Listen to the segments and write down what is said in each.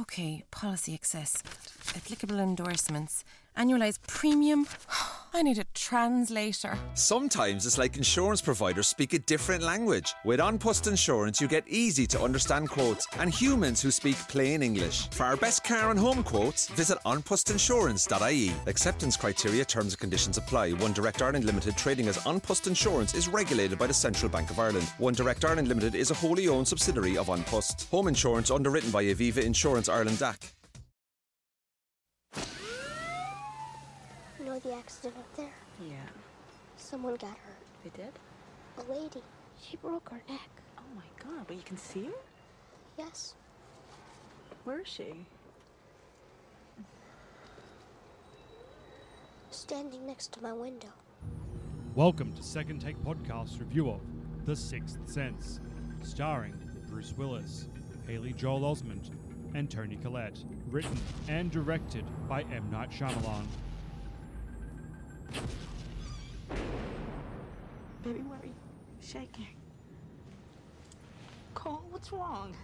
Okay, policy access, applicable endorsements, annualized premium. I need a translator. Sometimes it's like insurance providers speak a different language. With OnPost Insurance, you get easy to understand quotes and humans who speak plain English. For our best car and home quotes, visit onpostinsurance.ie. E. Acceptance criteria, terms and conditions apply. One Direct Ireland Limited trading as OnPost Insurance is regulated by the Central Bank of Ireland. One Direct Ireland Limited is a wholly owned subsidiary of OnPost. Home insurance underwritten by Aviva Insurance Ireland DAC. You know the accident up there? Yeah, Someone got hurt. they did? A lady. She broke her neck. Oh my god, but you can see her? Yes. Where is she? Standing next to my window. Welcome to Second Take Podcast's review of The Sixth Sense, starring Bruce Willis, Haley Joel Osment, and Tony Collette, written and directed by M. Night Shyamalan. Baby, where are you? Shaking. Cole, what's wrong?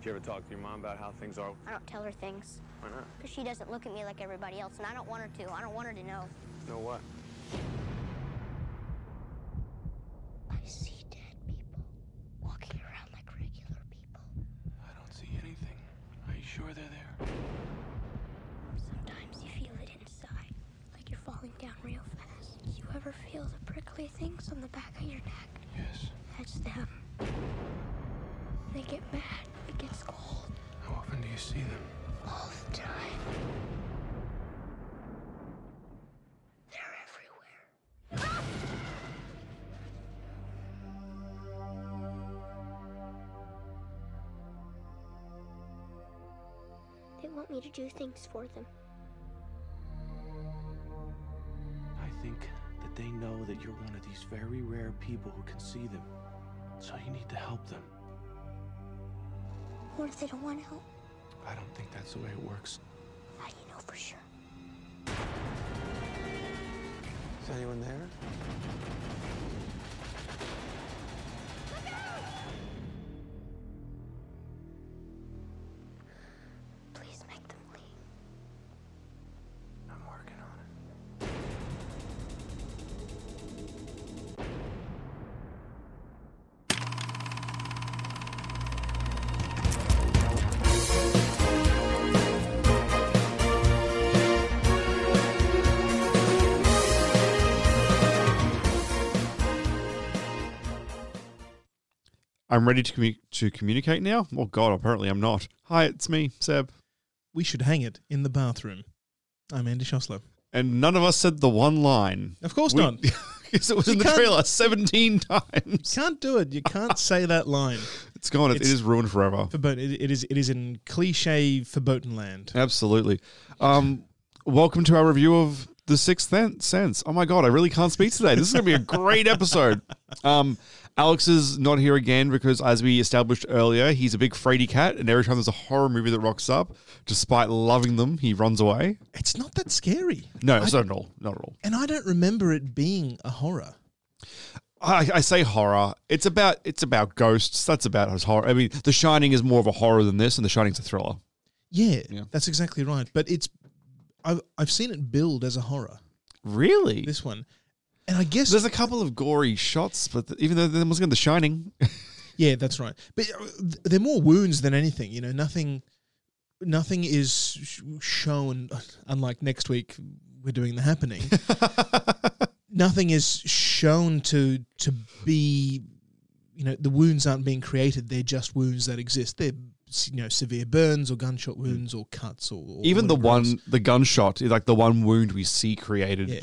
Did you ever talk to your mom about how things are? I don't tell her things. Why not? Because she doesn't look at me like everybody else, and I don't want her to. I don't want her to know. Know what? I see dead people walking around like regular people. I don't see anything. Are you sure they're there? Sometimes you feel it inside, like you're falling down real fast. You ever feel the prickly things on the back of your neck? Yes. That's them. They get mad. It gets cold How often do you see them? all the time. They're everywhere. They want me to do things for them. I think that they know that you're one of these very rare people who can see them. So you need to help them. What if they don't want help? I don't think that's the way it works. How do you know for sure? Is anyone there? Please make them leave. I'm working on it. I'm ready to, commu- to communicate now? Oh god, apparently I'm not. Hi, it's me, Seb. We should hang it in the bathroom. I'm Andy Schossler. And none of us said the one line. Of course We- not. 'Cause it was You in the can't- trailer 17 times. Can't do it. You can't say that line. It's gone. It's, it It's- is ruined forever. Verboten. It, it is. It is in cliche verboten land. Absolutely. Um, welcome to our review of The Sixth Sen- Sense. Oh my God, I really can't speak today. This is going to be a great episode. Um, Alex is not here again because, as we established earlier, he's a big fraidy cat, and every time there's a horror movie that rocks up, despite loving them, he runs away. It's not that scary, No, it's not at all. Not at all. and I don't remember it being a horror. I, I say horror. It's about it's about ghosts. That's about as horror. I mean, The Shining is more of a horror than this, and The Shining's a thriller. Yeah, Yeah. that's exactly right. But it's. I've I've seen it build as a horror. Really? This one, and I guess There's a couple of gory shots, but even though there wasn't The Shining, Yeah, that's right. But uh, th- they're more wounds than anything. You know, nothing, nothing is sh- shown. uh, Unlike next week, we're doing the happening. nothing is shown to to be. You know, the wounds aren't being created. They're just wounds that exist. They're s- you know severe burns or gunshot wounds or cuts or, or even the whatever else. one the gunshot like the one wound we see created Yeah.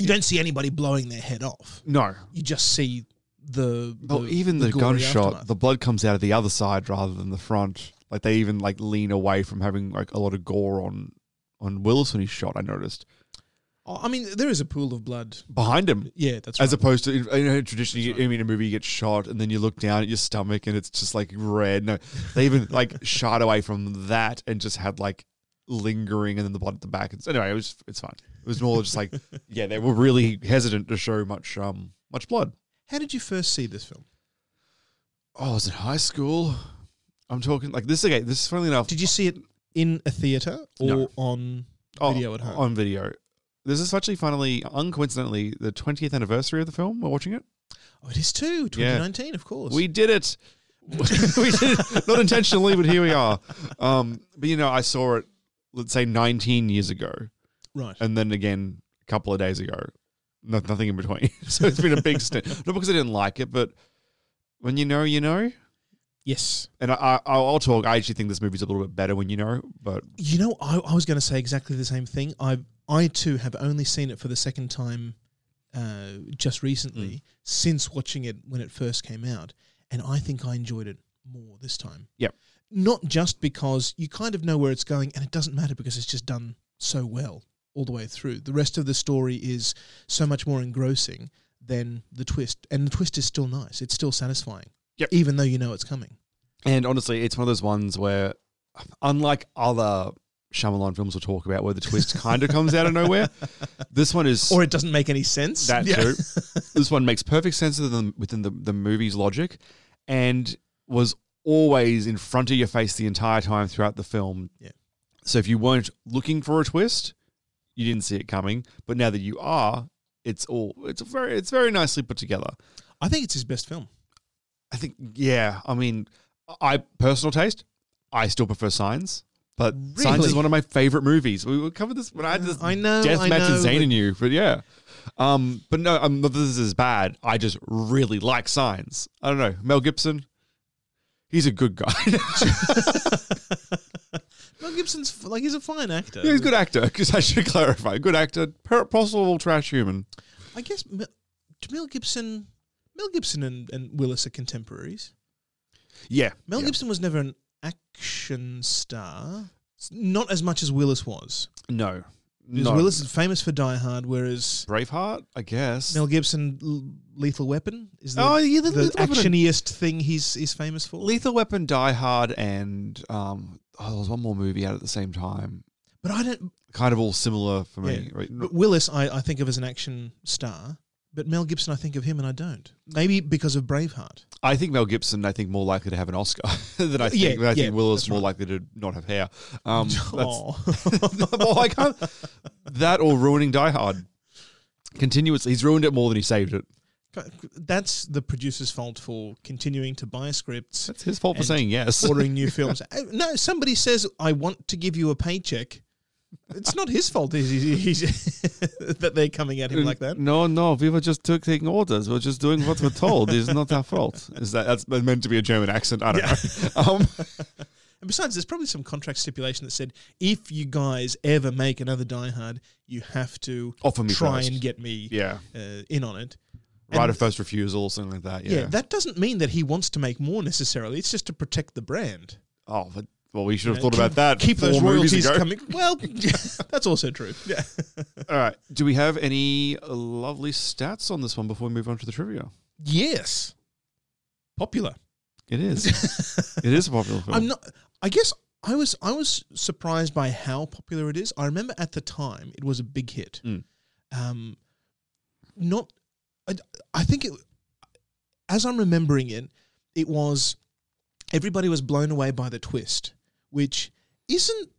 You don't see anybody blowing their head off. no You just see the, Well, Oh, even the, gory gunshot, aftermath. the blood comes out of the other side rather than the front. Like they even like lean away from having like a lot of gore on on Willis when he's shot. I noticed Oh, I mean, there is a pool of blood. behind him. Yeah, that's as right. opposed to you know, traditionally, you, I mean, in a movie you get shot and then you look down at your stomach and it's just like red. No, they even like shied away from that and just had like lingering and then the blood at the back. And so anyway, it was it's fine. It was more just like yeah, they were really hesitant to show much um much blood. How did you first see this film? Oh, I was in high school. I'm talking like this again. This is funny enough. Did you see it in a theater or No. on Oh, video at home? on video? This is actually, funnily, uncoincidentally, the 20th anniversary of the film. We're watching it. oh, it is too. Yeah. 2019, of course. We did it. we did it. Not intentionally, but here we are. Um, but you know, I saw it. Let's say 19 years ago, right. and then again a couple of days ago. No, nothing in between. so it's been a big stint. Not because I didn't like it, but when you know, you know. Yes. And I, I, I'll talk. I actually think this movie's a little bit better when you know, but You know, I, I was going to say exactly the same thing. I I too have only seen it for the second time, uh, just recently since watching it when it first came out, and I think I enjoyed it more this time. Yep. Not just because you kind of know where it's going, and it doesn't matter because it's just done so well all the way through. The rest of the story is so much more engrossing than the twist, and the twist is still nice. It's still satisfying. Yep. Even though you know it's coming. And honestly, it's one of those ones where, unlike other Shyamalan films we'll talk about, where the twist kind of comes out of nowhere, this one is Or it doesn't make any sense. that Yeah. too. this one makes perfect sense within the, within the, the movie's logic, and was always in front of your face the entire time throughout the film. Yeah. So if you weren't looking for a twist, you didn't see it coming. But now that you are, it's all it's very it's very nicely put together. I think it's his best film. I think yeah. I mean, I personal taste, I still prefer Signs, but Signs Really? is one of my favorite movies. We we covered this when I had this I know, death I match and know, Zane but- and you, but yeah. Um, but no, um, not that this is bad. I just really like Signs. I don't know Mel Gibson. He's a good guy. Mel Gibson's f- like he's a fine actor. He's a good actor. Because I should clarify, good actor, per- possible trash human. I guess Mel, do Mel Gibson, Mel Gibson and, and Willis are contemporaries. Yeah, Mel yeah. Gibson was never an action star, s- not as much as Willis was. No, Because no. Willis is famous for Die Hard, whereas Braveheart, I guess. Mel Gibson, L- Lethal Weapon, is the, Oh, yeah, the, the Lethal Weapon- actioniest thing he's is famous for. Lethal Weapon, Die Hard, and um, oh, there was one more movie out at the same time. but I don't. Kind of all similar for me. yeah. Right? But Willis, I, I think of as an action star, but Mel Gibson, I think of him and I don't. Maybe because of Braveheart. I think Mel Gibson, I think more likely to have an Oscar than I think. Yeah, than I yeah, think Will that's is more right. likely to not have hair. Um, that's- Oh. well, I can't. That or ruining Die Hard continuously. He's ruined it more than he saved it. That's the producer's fault for continuing to buy scripts. That's his fault for and saying yes. ordering new films. Uh, no, somebody says I want to give you a paycheck. It's not his fault. He's, he's, he's that they're coming at him like that. No, no, we were just took, taking orders. We are just doing what we're told. it's not our fault. Is that that's meant to be a German accent? I don't know. Um, And besides, there's probably some contract stipulation that said if you guys ever make another Die Hard, you have to Offer me try first. and get me yeah, uh, in on it. right And- of first refusal, or something like that. yeah, that doesn't mean that he wants to make more necessarily. It's just to protect the brand. Oh, but, well, we should have Uh, thought keep- about that. Keep those four royalties movies ago. coming. Well, that's also true. Yeah. All right. Do we have any lovely stats on this one before we move on to the trivia? Yes. Popular. It is. it is a popular film. I'm not. I guess I was. I was surprised by how popular it is. I remember at the time it was a big hit. Mm. Um, not. I, I think it. As I'm remembering it, it was. Everybody was blown away by the twist, which isn't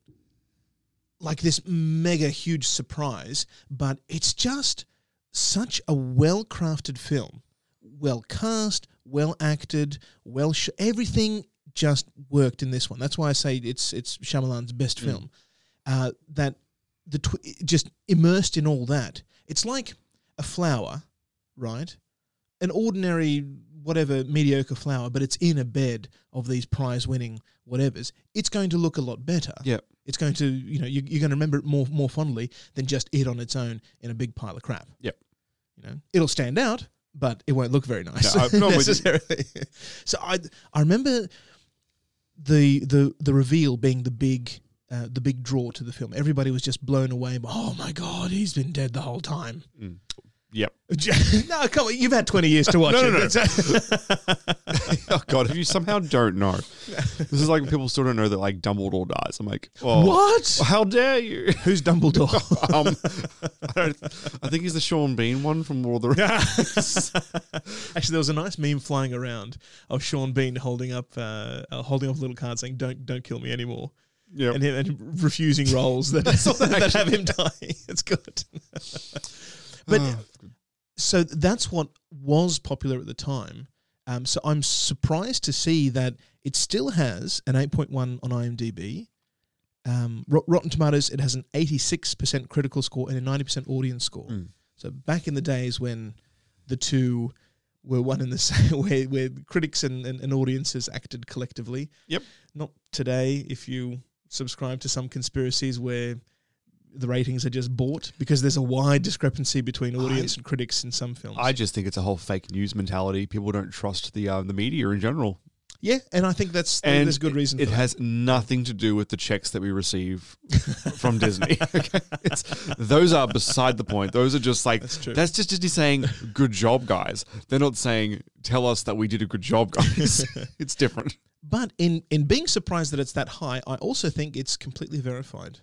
like this mega huge surprise, but it's just such a well crafted film. Well cast, well acted, well sh- everything just worked in this one. That's why I say it's it's Shyamalan's best film. Uh, that the tw- just immersed in all that. It's like a flower, right? An ordinary whatever mediocre flower, but it's in a bed of these prize winning whatevers. It's going to look a lot better Yep. it's going to you know you, you're going to remember it more more fondly than just it on its own in a big pile of crap. Yep. You know, it'll stand out, but it won't look very nice No, I'm not with you. necessarily. so I I remember the the the reveal being the big uh, the big draw to the film. Everybody was just blown away by oh my god, he's been dead the whole time. Yep. no, come on, you've had twenty years to watch No, it. no, no. That's- Oh God! If you somehow don't know, this is like people still don't know that like Dumbledore dies. I'm like, oh, What? How dare you? Who's Dumbledore? Um, I, don't, I think he's the Sean Bean one from War of the Rings. Actually, there was a nice meme flying around of Sean Bean holding up uh, uh, holding up a little card saying "Don't don't kill me anymore," Yep. and him and refusing roles that, that have him dying. It's good, but Ah, so that's what was popular at the time. Um, so I'm surprised to see that it still has an 8.1 on IMDb. Um, Rot- Rotten Tomatoes, it has an 86% critical score and a 90% audience score. So back in the days when the two were one and the same, where, where critics and, and, and audiences acted collectively. Yep. Not today, if you subscribe to some conspiracies where the ratings are just bought, because there's a wide discrepancy between audience and critics in some films. I just think it's a whole fake news mentality. People don't trust the uh, the media in general, yeah, and I think that's and there's good reason It, for that. has nothing to do with the checks that we receive from Disney. Okay? It's, those are beside the point. Those are just like that's, true. just Disney saying "good job, guys." They're not saying "tell us that we did a good job, guys." it's different. But in in being surprised that it's that high, I also think it's completely verified.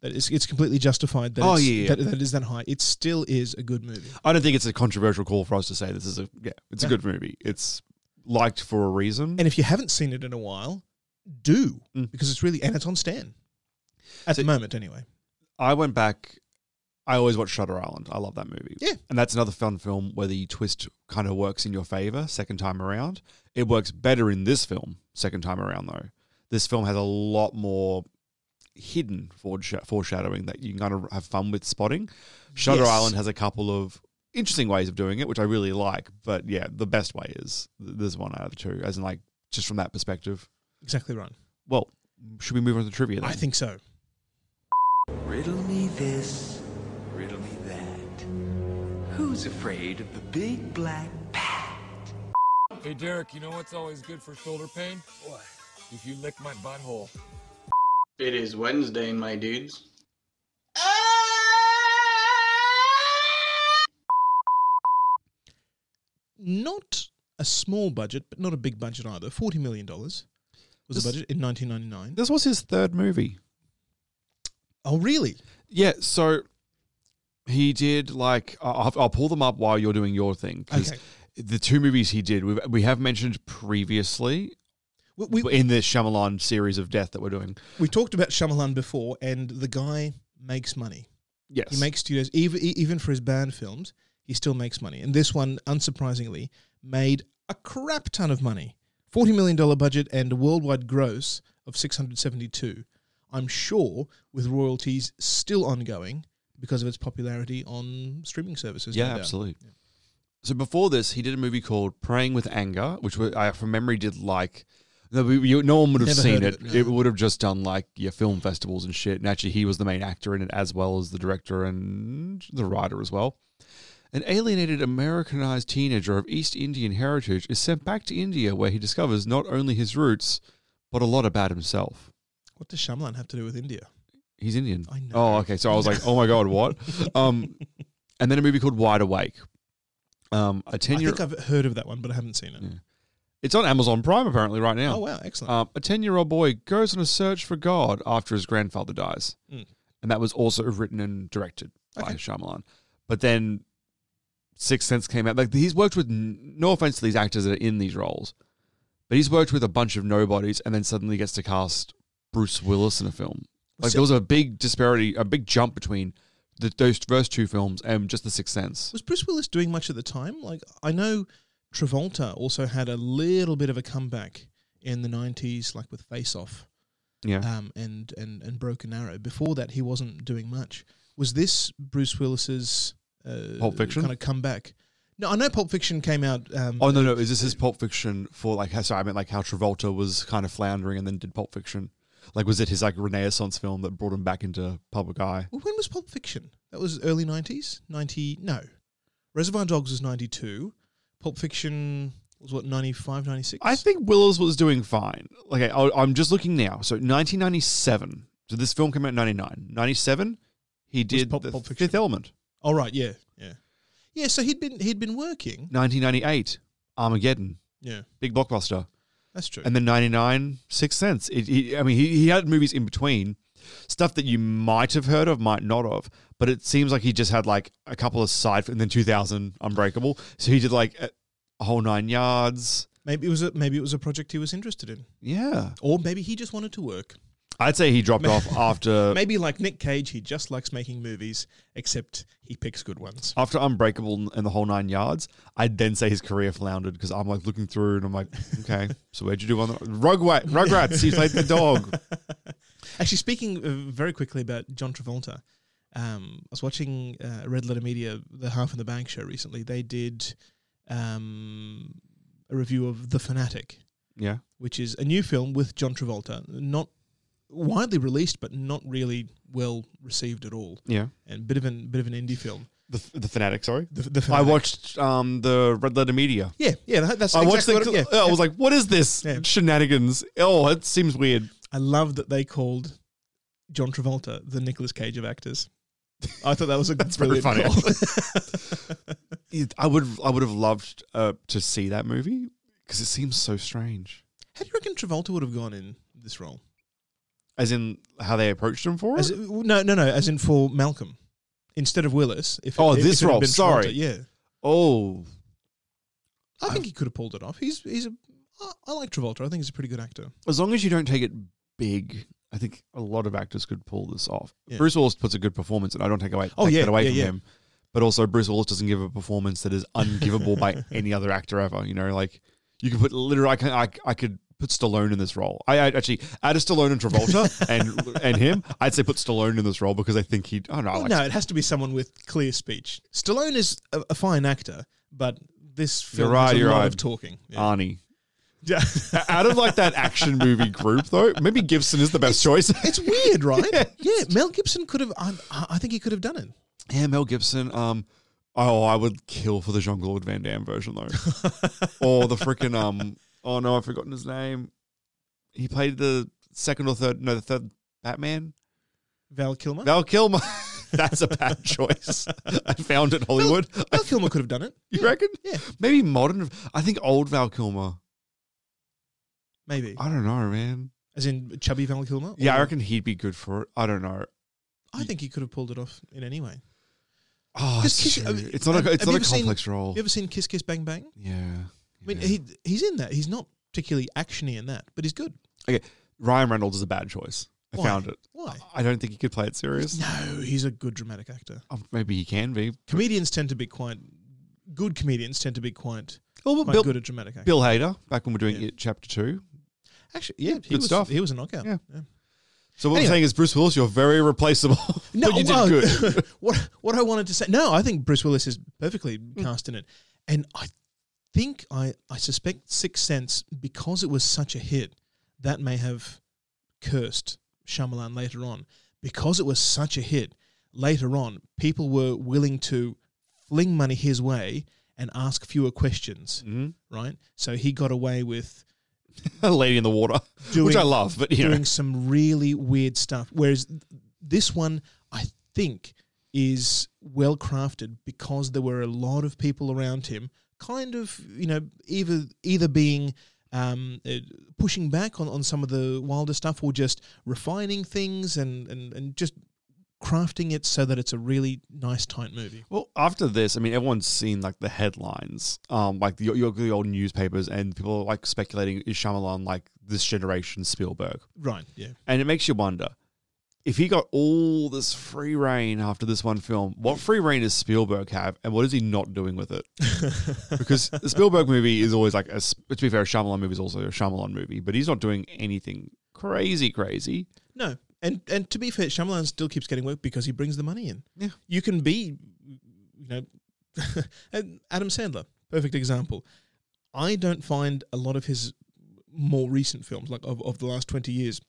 That it's, it's completely justified that, Oh, it's, yeah, yeah. that that it is that high. It still is a good movie. I don't think it's a controversial call for us to say this is a yeah, it's a good movie. It's liked for a reason. And if you haven't seen it in a while, do Mm. because it's really and it's on Stan at the moment anyway. I went back. I always watch Shutter Island. I love that movie. Yeah. and that's another fun film where the twist kind of works in your favor second time around. It works better in this film second time around though. This film has a lot more hidden foresh- foreshadowing that you can kind of have fun with spotting. Shutter Yes. Island has a couple of interesting ways of doing it, which I really like. But yeah, the best way is th- this one out of the two, as in like just from that perspective. Exactly right. Well, should we move on to trivia? Then? I think so. Riddle me this, riddle me that. Who's afraid of the big black Hey, Derek, you know what's always good for shoulder pain? What? If you lick my butthole. It is Wednesday, my dudes. Not a small budget, but not a big budget either. Forty million dollars was This- the budget in 1999. this was his third movie. Oh, really? Yeah, so he did like I- I'll, I'll pull them up while you're doing your thing 'cause Okay. the two movies he did we've, we have mentioned previously We- we- in this Shyamalan series of death that we're doing. We talked about Shyamalan before, and the guy makes money. Yes, He makes studios even e- even for his band films. He still makes money, and this one, unsurprisingly, made a crap ton of money. Forty million dollar budget and a worldwide gross of six hundred seventy two. I'm sure with royalties still ongoing because of its popularity on streaming services. no yeah, doubt. absolutely. So before this, he did a movie called Praying with Anger, which wa- I from memory did like. No, we- you- no one would have Never seen heard it. of It, it, no. would have just done like your film festivals and shit. And actually, he was the main actor in it as well as the director and the writer as well. An alienated Americanized teenager of East Indian heritage is sent back to India, where he discovers not only his roots but a lot about himself. What does Shyamalan have to do with India? He's Indian. I know. Oh, okay. So I was like, oh my god, what? um, and then a movie called Wide Awake. Um, a I ten year. think I've heard of that one, but I haven't seen it. It's on Amazon Prime apparently right now. Oh, wow, excellent. Um, a ten-year-old boy goes on a search for God after his grandfather dies, Mm. and that was also written and directed by Okay. Shyamalan. But then Sixth Sense came out. Like he's worked with n- no offense to these actors that are in these roles, but he's worked with a bunch of nobodies, and then suddenly gets to cast Bruce Willis in a film. Like So- there was a big disparity, a big jump between the, those first two films and just The Sixth Sense. Was Bruce Willis doing much at the time? Like I know Travolta also had a little bit of a comeback in the nineties, like with Face Off Yeah. um, and and and Broken Arrow. Before that, he wasn't doing much. Was this Bruce Willis's uh, Pulp Fiction? kind of comeback? No, I know Pulp Fiction came out. Um, Oh no, no! Is this his Pulp Fiction for like? how- Sorry, I meant like how Travolta was kind of floundering and then did Pulp Fiction. Like, was it his like Renaissance film that brought him back into public eye? Well, when was Pulp Fiction? That was early nineties, ninety no. Reservoir Dogs was 92. Pulp Fiction was what, 95, 96? I think Willows was doing fine. Like I, I'm just looking now. So 1997. So this film came out in 99. 97, he did Pulp- the Pulp Fiction. Fifth Element. Oh, right. Yeah. Yeah. Yeah. So he'd been, he'd been working. 1998, Armageddon. Yeah. Big blockbuster. That's true. And then 99, Sixth Sense. It, he, I mean, he, he had movies in between, stuff that you might have heard of, might not have, but it seems like he just had like a couple of side, and then 2000, Unbreakable. So he did like a a whole nine yards. Maybe it was a maybe it was a project he was interested in, Yeah. or maybe he just wanted to work. I'd say he dropped off after maybe like Nick Cage, he just likes making movies, except he picks good ones. after Unbreakable and the whole nine yards, I'd then say his career floundered because I'm like looking through and I'm like, okay, so where'd you do on the Rugwa- Rugrats? He played the dog. Actually, speaking uh, very quickly about John Travolta, um, I was watching uh, Red Letter Media, the Half in the Bank show recently. They did um, a review of The Fanatic, Yeah. which is a new film with John Travolta, not widely released, but not really well received at all. Yeah. and bit of an bit of an indie film. The, the fanatic, sorry. The, the I Fanatic. watched um, the Red Letter Media. Yeah, yeah, that- that's I exactly watched the. what it- yeah, I yeah. was like, what is this Yeah. shenanigans? Oh, it seems weird. I love that they called John Travolta the Nicolas Cage of actors. I thought that was a That's very brilliant funny. call. actually. I would I would have loved uh, to see that movie because it seems so strange. How do you reckon Travolta would have gone in this role? As in how they approached him for it. As, no, no, no. As in for Malcolm, instead of Willis. If it- oh, if this it had role. been Sorry. Uh, Travolta, yeah. Oh, I think he could have pulled it off. He's he's a. I- I like Travolta. I think he's a pretty good actor. as long as you don't take it big, I think a lot of actors could pull this off. Yeah. Bruce Willis puts a good performance, and I don't take away Oh, take yeah, that away yeah, from yeah. him. But also, Bruce Willis doesn't give a performance that is ungivable by any other actor ever. You know, like you could put literally, I can, I, I could put Stallone in this role. I, I actually add a Stallone and Travolta and and him. I'd say put Stallone in this role because I think he. Oh no, I Well, like no, it has to be someone with clear speech. Stallone is a, a fine actor, but this film You're is right. a You're lot right. Uh, of talking. Arnie. Yeah. Out of like that action movie group though, maybe Gibson is the best choice. It's weird, right? yeah. Mel Gibson could have. I, I think he could have done it. Yeah, Mel Gibson. Um, oh, I would kill for the Jean Claude Van Damme version though, or the freaking um. Oh no, I've forgotten his name. He played the second or third, no, the third Batman. Val Kilmer. Val Kilmer. That's a bad choice. I found it in Hollywood. Val Kilmer could have done it. You reckon? Yeah. Maybe modern. I think old Val Kilmer. Maybe. I don't know, man. As in chubby Val Kilmer? Yeah, I Or- reckon he'd be good for it. I don't know. I think he could have pulled it off in any way. Oh, Because it's, Kiss- true. I mean, it's not have- a, it's have not you a ever seen- complex role. You ever seen Kiss Kiss Bang Bang? yeah. I mean, Yeah. he he's in that. He's not particularly actiony in that, but he's good. Okay, Ryan Reynolds is a bad choice. I Why? found it. Why? I don't think he could play it serious. No, he's a good dramatic actor. Oh, maybe he can be. Comedians tend to be quite good. Comedians tend to be quite, Oh, quite Bill- good at dramatic acting. Bill Hader, back when we are doing it, Chapter 2. Actually, yeah, he Good was, stuff. He was a knockout. Yeah. yeah. So what I'm Anyway. saying is, Bruce Willis, you're very replaceable. but you did well, good. what what I wanted to say. No, I think Bruce Willis is perfectly cast in it, and I think I I suspect Sixth Sense because it was such a hit that may have cursed Shyamalan later on because it was such a hit. Later on, people were willing to fling money his way and ask fewer questions. Mm-hmm. Right, so he got away with Lady in the Water, which I love, but you doing know. some really weird stuff. Whereas th- this one, I think, is well crafted because there were a lot of people around him, kind of you know either either being um, uh, pushing back on, on some of the wilder stuff or just refining things and, and, and just crafting it so that it's a really nice tight movie. Well, after this, I mean, everyone's seen like the headlines, um, like the, your, the old newspapers, and people are like speculating is Shyamalan like this generation Spielberg? Right. Yeah. And it makes you wonder if he got all this free reign after this one film, what free reign does Spielberg have and what is he not doing with it? because the Spielberg movie is always like, a, s- to be fair, a Shyamalan movie is also a Shyamalan movie, but he's not doing anything crazy, crazy. No, and and to be fair, Shyamalan still keeps getting work because he brings the money in. Yeah. you can be, you know, and Adam Sandler, perfect example. I don't find a lot of his more recent films, like of, of the last twenty years,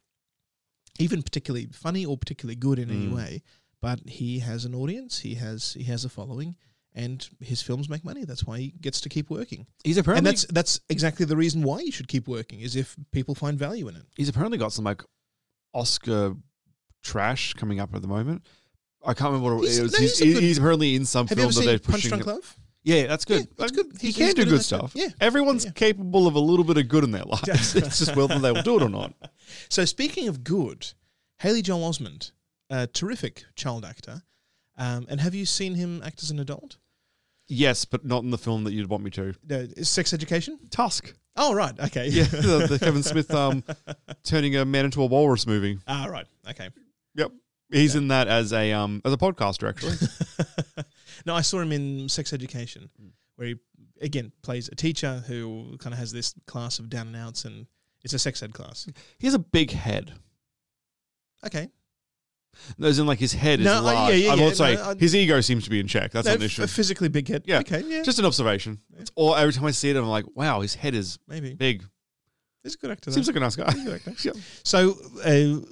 even particularly Mm. funny or particularly good in any way. But he has an audience. He has he has a following, and his films make money. That's why he gets to keep working. He's apparently- and that's that's exactly the reason why you should keep working is if people find value in it. He's apparently got some like Oscar trash coming up at the moment. I can't remember what He's- it was. no, he's, he's a he's, good- apparently in some Have you film ever that seen they're Punch pushing. Drunk him- Love? Yeah, that's good. that's good. He He's- can he's good do at good that stuff. stuff. Yeah. everyone's capable of a little bit of good in their lives. it's just whether they will do it or not. So speaking of good, Haley Joel Osment, a terrific child actor. Um, and have you seen him act as an adult? Yes, but not in the film that you'd want me to. No, sex education? Tusk. Oh, right. Okay. Yeah, the, the Kevin Smith um, turning a man into a walrus movie. Ah, right. Okay. Yep, he's in that as a um as a podcaster actually. No, I saw him in Sex Education, where he again plays a teacher who kind of has this class of down and outs, and it's a sex ed class. he has a big head. Okay, No, as in like his head is No, I- large. yeah, yeah, I'm yeah, not saying no, I- his ego seems to be in check. That's No, not an issue. a physically big head. Yeah. okay, yeah, Just an observation. It's all every time I see it, I'm like, wow, his head is Maybe. big. he's a good actor. Seems though. like a nice guy. He's a good actor. Yeah. So uh,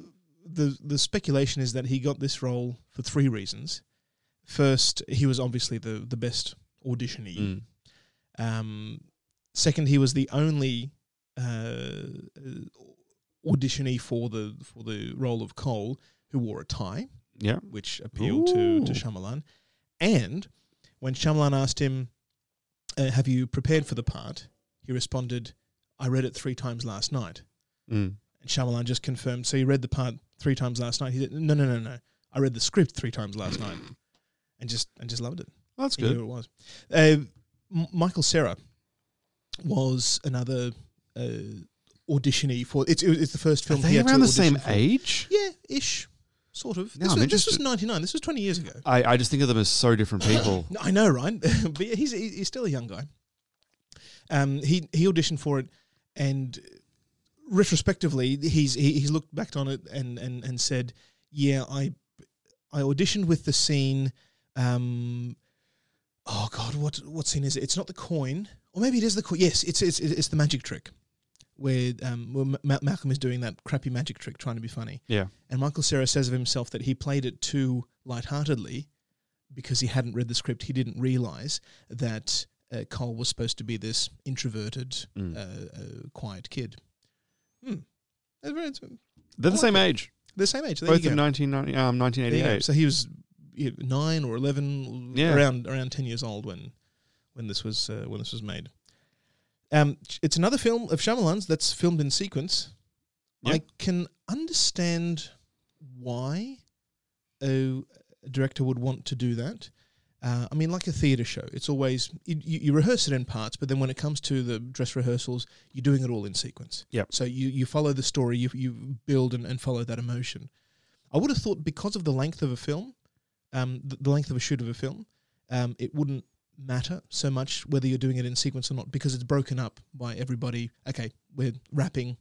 the the speculation is that he got this role for three reasons. First, he was obviously the the best auditionee. Um, second, he was the only uh, uh, auditionee for the for the role of Cole who wore a tie. Yeah. which appealed to to Ooh. Shyamalan. And when Shyamalan asked him, uh, "Have you prepared for the part?" he responded, "I read it three times last night." Mm. And Shyamalan just confirmed. So he read the part three times last night. He said, "No, no, no, no. I read the script three times last night, and just and just loved it." That's He knew good. it was. Uh, M- Michael Serra was another uh, auditionee for. It's it's the first film. Are they he had to around the audition same for. age? Yeah, ish, sort of. Now this, I'm was, this was interested. '99. This was 20 years ago. I, I just think of them as so different people. No, I know, Ryan. but yeah, he's he- he's still a young guy. Um, he he auditioned for it, and retrospectively, he's he, he's looked back on it and and and said, "Yeah, I I auditioned with the scene. Um, oh God, what what scene is it? It's not the coin, or maybe it is the coin. Yes, it's it's it's the magic trick." Where, um, where Ma- Malcolm is doing that crappy magic trick, trying to be funny. Yeah. And Michael Cera says of himself that he played it too lightheartedly, because he hadn't read the script, he didn't realize that uh, Cole was supposed to be this introverted, Mm. uh, uh, quiet kid. Hmm. That's very- it's- I They're the like same that. age. They're the same age. There Both you in go. 1990, um, There 1988. you go. So he was you know, nine or eleven, Yeah. around around ten years old when when this was uh, when this was made. Um, it's another film of Shyamalan's that's filmed in sequence. I can understand why a director would want to do that. Uh, I mean, like a theatre show, it's always you, you you rehearse it in parts, but then when it comes to the dress rehearsals, you're doing it all in sequence. Yep. So you, you follow the story, you you build and, and follow that emotion. I would have thought because of the length of a film, um, the, the length of a shoot of a film, um, it wouldn't matter so much whether you're doing it in sequence or not because it's broken up by everybody. Okay, we're wrapping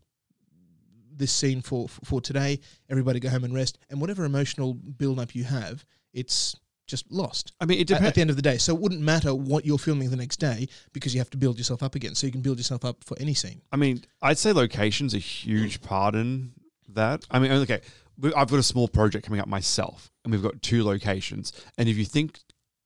this scene for for today. Everybody go home and rest, and whatever emotional build up you have, it's just lost. I mean, it At- At, depen- the end of the day, so it wouldn't matter what you're filming the next day because you have to build yourself up again. So you can build yourself up for any scene. I mean, I'd say location's a huge part in that. I mean, okay, we- I've got a small project coming up myself, and we've got two locations. And if you think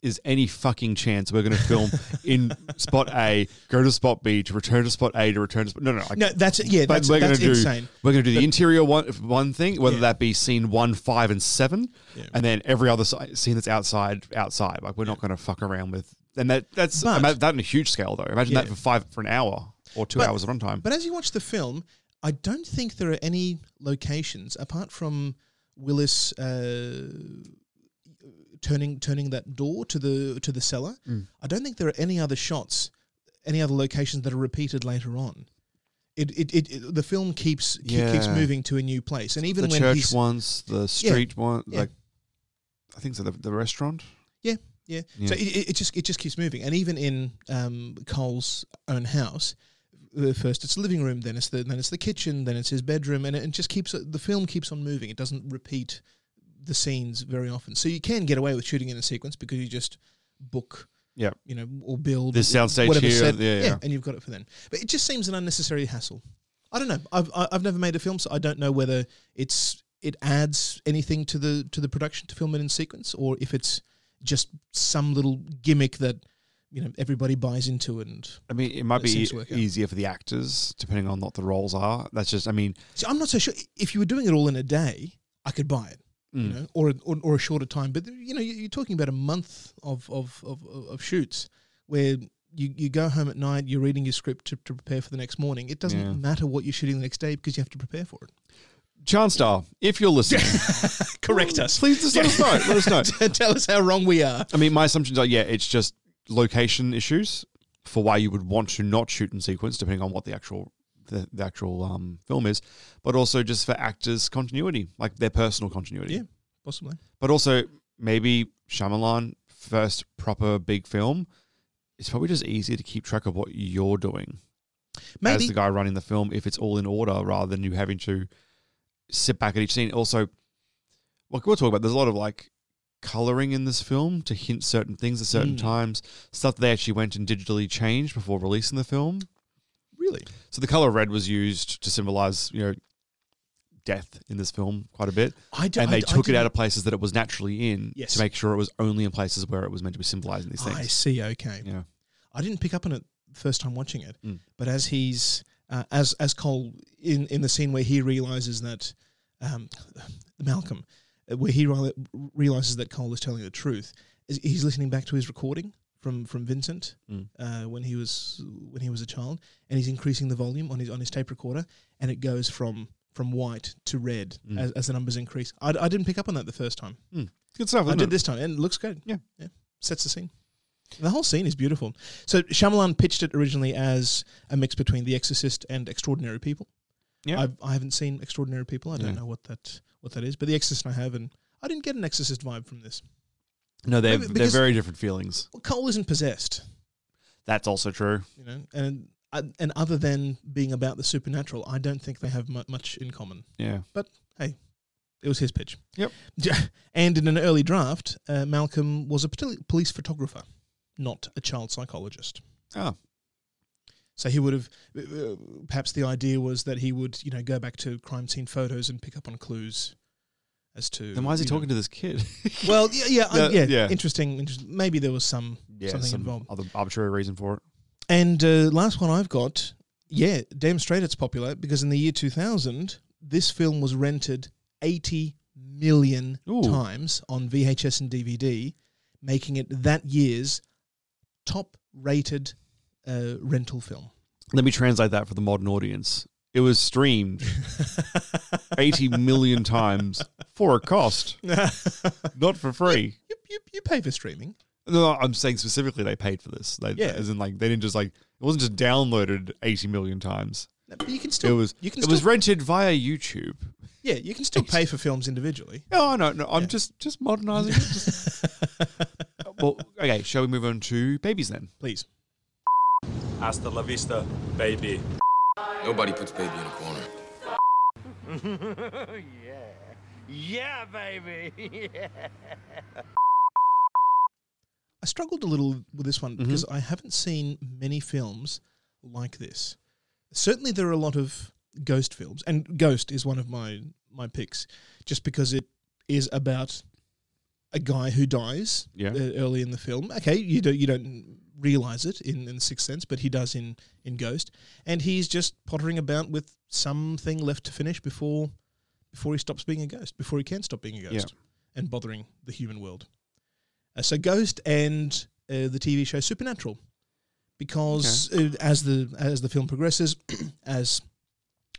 is any fucking chance we're going to film in spot A, go to spot B, to return to spot A, to return to spot no, no, I- No, that's yeah, but that's, we're that's gonna do insane. we're going to do the But- interior one one thing, whether Yeah. that be scene one, five, and seven, Yeah. and then every other si- scene that's outside outside. Like we're not going to fuck around with. And that that's But- ima- that on a huge scale though. Imagine that Yeah. for five for an hour or two hours of runtime. But as you watch the film, I don't think there are any locations apart from Willis uh, turning turning that door to the to the cellar. Mm. I don't think there are any other shots, any other locations that are repeated later on. It it, it, it the film keeps ke- keeps Yeah. moving to a new place, and even the when church he's, once, the street one, yeah. like I think so. The, the restaurant. Yeah, yeah. Yeah. So it, it, it just it just keeps moving, and even in um, Cole's own house, uh, first it's the living room, then it's the then it's the kitchen, then it's his bedroom, and it, it just keeps the film keeps on moving. It doesn't repeat the scenes very often, so you can get away with shooting in a sequence because you just book. Yeah. you know, or build This soundstage whatever here, set, yeah, yeah. and you've got it for then. But it just seems an unnecessary hassle. I don't know. I've I- I've never made a film, so I don't know whether it's it adds anything to the to the production to film it in sequence, or if it's just some little gimmick that you know everybody buys into and I mean, it might It be seems to work out. easier for the actors, depending on what the roles are. That's just, I mean, So I'm not so sure if you were doing it all in a day, I could buy it, you Mm. know, or, or or a shorter time. But you know, you- you're talking about a month of of of, of shoots where you, you go home at night, you're reading your script to, to prepare for the next morning. It doesn't Yeah. matter what you're shooting the next day because you have to prepare for it. Chance Star, if you're listening, Correct us, please. Just let us know. Let us know. Tell us how wrong we are. I mean, my assumptions are yeah, it's just location issues for why you would want to not shoot in sequence, depending on what the actual the, the actual um, film is, but also just for actors' continuity, like their personal continuity. Yeah, possibly. But also maybe Shyamalan first proper big film. It's probably just easier to keep track of what you're doing Maybe. as the guy running the film if it's all in order rather than you having to sit back at each scene. Also, like we'll talk about, there's a lot of like coloring in this film to hint certain things at certain Mm. times, stuff that they actually went and digitally changed before releasing the film. Really? So the color red was used to symbolize, you know, death in this film quite a bit. I don't- and they I- I took it out didn't- of places that it was naturally in Yes. to make sure it was only in places where it was meant to be symbolizing these things. I see. Okay. Yeah. I didn't pick up on it the first time watching it, Mm. but as he's uh, as as Cole in in the scene where he realizes that um, Malcolm, uh, where he reali- realizes that Cole is telling the truth, is- he's listening back to his recording from from Vincent Mm. uh, when he was when he was a child, and he's increasing the volume on his on his tape recorder, and it goes from from white to red Mm. as, as the numbers increase. I, I didn't pick up on that the first time. Mm. Good stuff. I isn't did it? this time, and it looks good. Yeah, yeah, sets the scene. The whole scene is beautiful. So Shyamalan pitched it originally as a mix between The Exorcist and Extraordinary People. Yeah. I've, I haven't seen Extraordinary People. I don't Yeah. know what that what that is, but The Exorcist I have, and I didn't get an Exorcist vibe from this. No, they're Maybe they're because- very different feelings. Well, Cole isn't possessed, That's also true. you know, and and other than being about the supernatural, I don't think they have mu- much in common. Yeah. But hey, it was his pitch. Yep. and in an early draft, uh, Malcolm was a poli- police photographer, not a child psychologist. Oh. So he would have, uh, perhaps the idea was that he would, you know, go back to crime scene photos and pick up on clues as to. Then why is he you know- talking to this kid? Well, yeah, yeah, uh, That- yeah, yeah. Interesting, interesting. Maybe there was some Yeah, something some involved. other arbitrary reason for it. And uh, last one I've got, yeah, damn straight it's popular because in the year 2000, this film was rented 80 million Ooh. times on VHS and DVD, making it that year's top rated uh, rental film. Let me translate that for the modern audience. It was streamed 80 million times for a cost, not for free. You pay for streaming. No, I'm saying specifically they paid for this. They, Yeah. As in, like, they didn't just, like, it wasn't just downloaded 80 million times. No, But you can still it was, you can it still, was rented via YouTube. yeah, you can still pay for films individually. Oh, no, no, I'm just, just modernizing it. Just- well, okay, shall we move on to babies then? Please. Hasta la vista, baby. Nobody puts baby in a corner. yeah. Yeah, baby. I struggled a little with this one because I haven't seen many films like this. Certainly, there are a lot of ghost films, and Ghost is one of my my picks, just because it is about a guy who dies Yeah. uh, early in the film. Okay, you don't you don't realize it in in Sixth Sense, but he does in in Ghost, and he's just pottering about with something left to finish before before he stops being a ghost, before he can stop being a ghost, and bothering the human world. Uh, so Ghost and uh, the TV show Supernatural, because uh, as the as the film progresses, as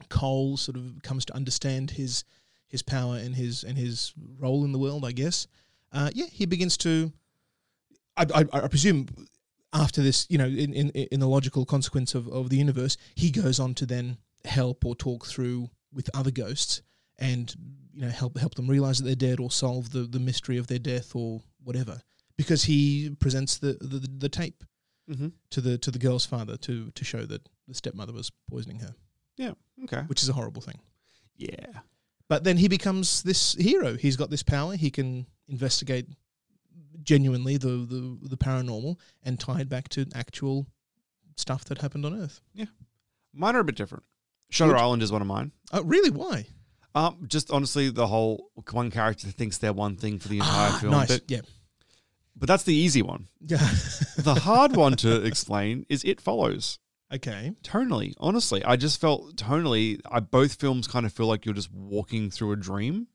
Cole sort of comes to understand his his power and his and his role in the world, I guess. Uh, yeah, he begins to. I, I, I presume after this, you know, in, in in the logical consequence of of the universe, he goes on to then help or talk through with other ghosts and you know help help them realize that they're dead or solve the the mystery of their death or whatever because he presents the the, the tape Mhm. to the to the girl's father to to show that the stepmother was poisoning her Yeah, okay. which is a horrible thing Yeah. but then he becomes this hero he's got this power he can investigate genuinely the the, the paranormal and tie it back to actual stuff that happened on earth Yeah. Mine are a bit different. Shutter Island is one of mine. oh really why Um, just honestly, the whole one character thinks they're one thing for the entire film. Ah, nice But yeah But that's the easy one. Yeah. the hard one to explain is It Follows. Okay. Tonally, honestly, I just felt tonally, I both films kind of feel like you're just walking through a dream.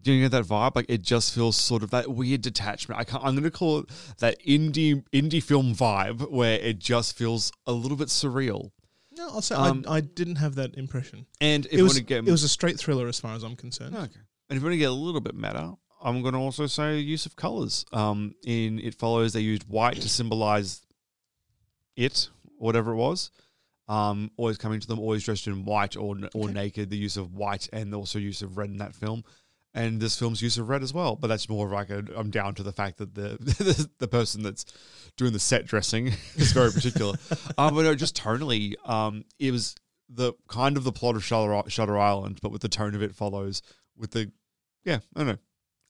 Do you get that vibe? Like it just feels sort of that weird detachment. I can't, I'm going to call it that indie indie film vibe where it just feels a little bit surreal. No, I'll say Um, I, I didn't have that impression. and if it you was wanna get- it was a straight thriller as far as I'm concerned. Okay. And if you want to get a little bit meta, I'm going to also say use of colors. Um, in it follows they used white to symbolize it, whatever it was. Um, always coming to them, always dressed in white or or naked. The use of white and also use of red in that film, and this film's use of red as well. But that's more of like a, I'm down to the fact that the the, the person that's doing the set dressing is very particular. um, but no, just tonally, um, it was the kind of the plot of Shutter, Shutter Island, but with the tone of it follows with the yeah. I don't know.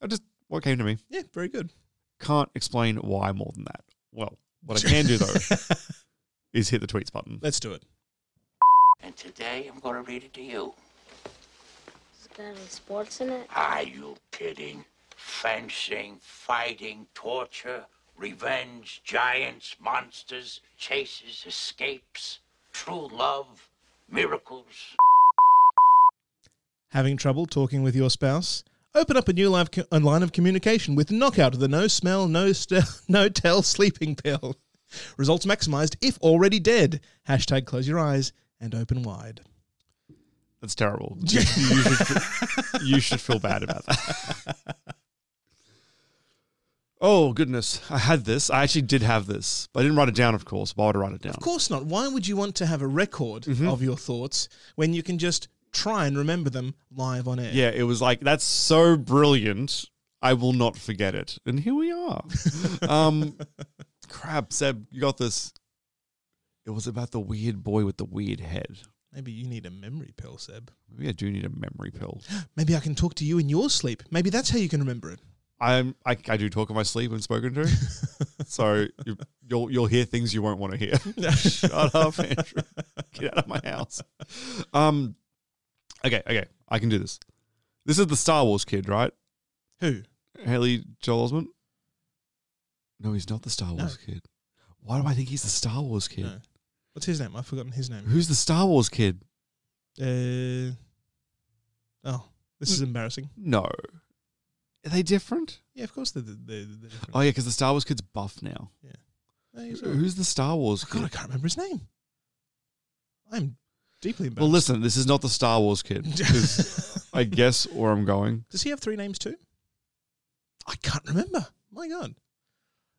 I just what came to me. Yeah, very good. Can't explain why more than that. Well, what I can do though is hit the tweets button. Let's do it. And today I'm going to read it to you. Is there any sports in it? Are you kidding? Fencing, fighting, torture, revenge, giants, monsters, chases, escapes, true love, miracles. Having trouble talking with your spouse? Open up a new live co- a line of communication with Knockout, the no smell, no st- no tell sleeping pill. Results maximized if already dead. Hashtag close your eyes and open wide. That's terrible. You, you should, fe- you should feel bad about that. oh goodness, I had this. I actually did have this, but I didn't write it down. Of course, why would I write it down? Of course not. Why would you want to have a record Mm-hmm. of your thoughts when you can just try and remember them live on air? Yeah, it was like that's so brilliant. I will not forget it. And here we are. um, crap, Seb, you got this. It was about the weird boy with the weird head. Maybe you need a memory pill, Seb. Maybe I do need a memory pill. Maybe I can talk to you in your sleep. Maybe that's how you can remember it. I'm I, I do talk in my sleep when spoken to, so you, you'll you'll hear things you won't want to hear. Shut up, Andrew. Get out of my house. Um, okay, okay, I can do this. This is the Star Wars kid, right? Who? Haley Joel Osment. No, he's not the Star Wars kid. Why do I think he's the Star Wars kid? No. What's his name? I've forgotten his name. Who's the Star Wars kid? Uh, oh, this is embarrassing. No. Are they different? Yeah, of course they're, they're, they're different. Oh yeah, because the Star Wars kid's buff now. No, he's all right. Who's the Star Wars God, I kid? can't remember his name. I'm deeply embarrassed. Well, listen, this is not the Star Wars kid. 'cause I guess where I'm going. Does he have three names too? I can't remember. My God.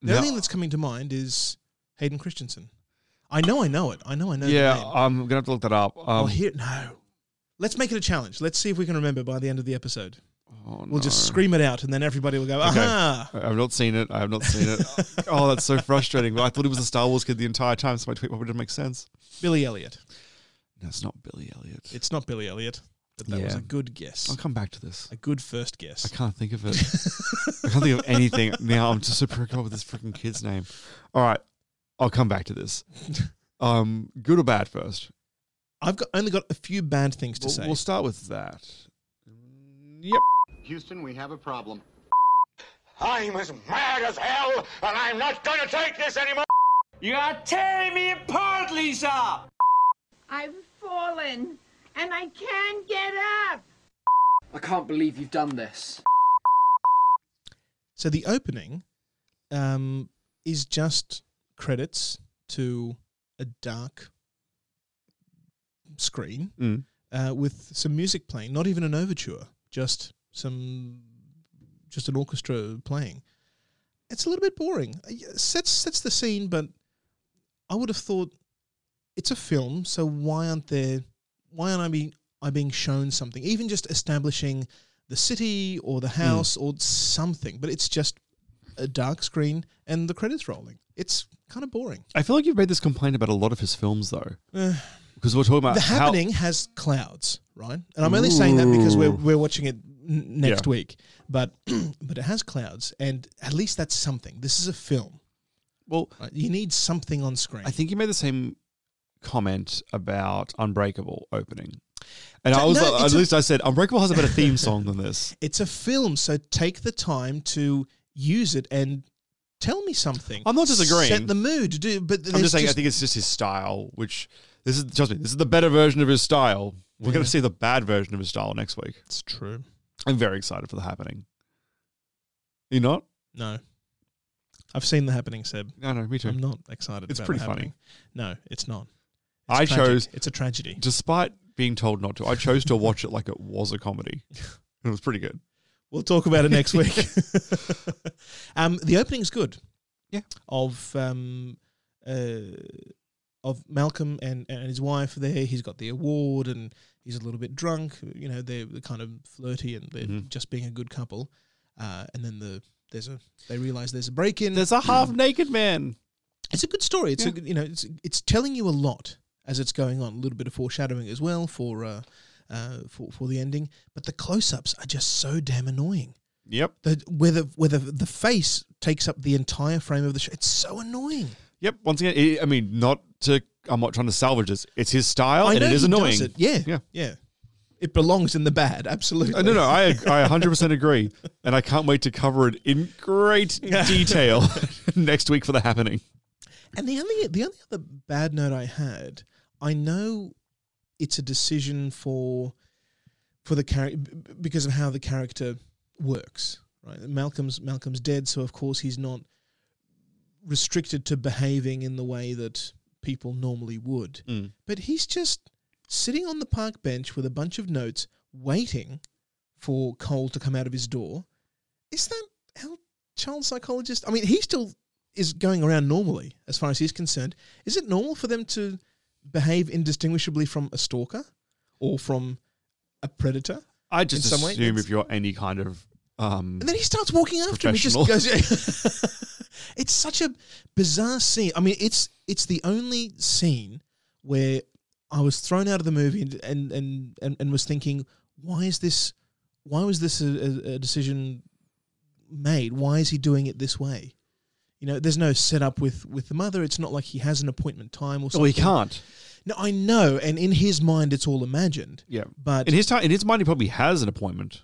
The No. only thing that's coming to mind is Hayden Christensen. I know I know it. I know I know yeah, the name. I'm gonna have to look that up. Um, I'll hear No. Let's make it a challenge. Let's see if we can remember by the end of the episode. Oh, We'll just no. scream it out and then everybody will go, Okay. aha. I- I've not seen it. I have not seen it. oh, that's so frustrating. Well, I thought he was the Star Wars kid the entire time, so my tweet probably didn't make sense. Billy Elliot. No, it's not Billy Elliot. It's not Billy Elliot, but that was Yeah. a good guess. I'll come back to this. A good first guess. I can't think of it. I can't think of anything now. I'm just super caught with this freaking kid's name. All right, I'll come back to this. Um, good or bad first? I've got only got a few bad things to We'll- say. we'll start with that. Yep. Houston, we have a problem. I'm as mad as hell, and I'm not going to take this anymore. You are tearing me apart, Lisa. I've fallen and I can't get up. I can't believe you've done this. So the opening um, is just credits to a dark screen Mm. uh, with some music playing. Not even an overture, just some, just an orchestra playing. It's a little bit boring. Uh, yeah, Sets sets the scene, but I would have thought it's a film, so why aren't there? Why aren't I being I being shown something? Even just establishing the city or the house or something. But it's just a dark screen and the credits rolling. It's kind of boring. I feel like you've made this complaint about a lot of his films, though, Eh. because we're talking about the how- happening has clouds, right? And I'm only saying that because we're Ooh. we're watching it n- next Yeah. week. But but it has clouds, and at least that's something. This is a film. Well, you need something on screen. I think you made the same comment about Unbreakable opening, and I No, was no, like, it's at a- least I said Unbreakable has a better theme song than this. It's a film, so take the time to use it and tell me something. I'm not disagreeing. Set the mood. Do, but I'm there's just saying, I think it's just his style, which this is trust me, this is the better version of his style. We're going Yeah. to see the bad version of his style next week. It's true. I'm very excited for the happening. You not? No. I've seen the happening, Seb. No, no, me too. I'm not excited. It's about pretty The funny. Happening. No, it's not. It's I tragic. chose. It's a tragedy. Despite being told not to, I chose to watch it like it was a comedy. It was pretty good. We'll talk about it next week. um, the opening's good. Yeah. Of um, uh, of Malcolm and, and his wife there. He's got the award and he's a little bit drunk. You know, they're they're kind of flirty and they're Mhm. just being a good couple. Uh, and then the there's a they realize there's a break in. There's a half naked man. It's a good story. It's a Yeah. good, you know it's it's telling you a lot as it's going on. A little bit of foreshadowing as well for uh, uh, for for the ending. But the close ups are just so damn annoying. Yep. The, where the where the, the face takes up the entire frame of the show. It's so annoying. Yep. Once again, it, I mean, not to. I'm not trying to salvage this. It's his style, I Oh, and know it is he annoying. does it. Yeah, Yeah. yeah, yeah. It belongs in the bad. Absolutely. Uh, no, no, I I 100% agree, and I can't wait to cover it in great detail next week for the happening. And the only the only other bad note I had, I know it's a decision for for the character because of how the character works. Right, Malcolm's Malcolm's dead, so of course he's not restricted to behaving in the way that people normally would. Mm. But he's just sitting on the park bench with a bunch of notes, waiting for Cole to come out of his door. Is that how child psychologists? I mean, he still is going around normally as far as he's concerned. Is it normal for them to behave indistinguishably from a stalker or from a predator? I just in some way? assume It's- if you're any kind of um, and then he starts walking after him. He just goes. Professional. it's such a bizarre scene. I mean, it's it's the only scene where I was thrown out of the movie and and and, and, and was thinking, why is this? Why was this a, a, a decision made? Why is he doing it this way? You know, there's no setup with with the mother. It's not like he has an appointment time or something. well, he can't. No, I know, and in his mind, it's all imagined. Yeah, But- in his time, in his mind, he probably has an appointment.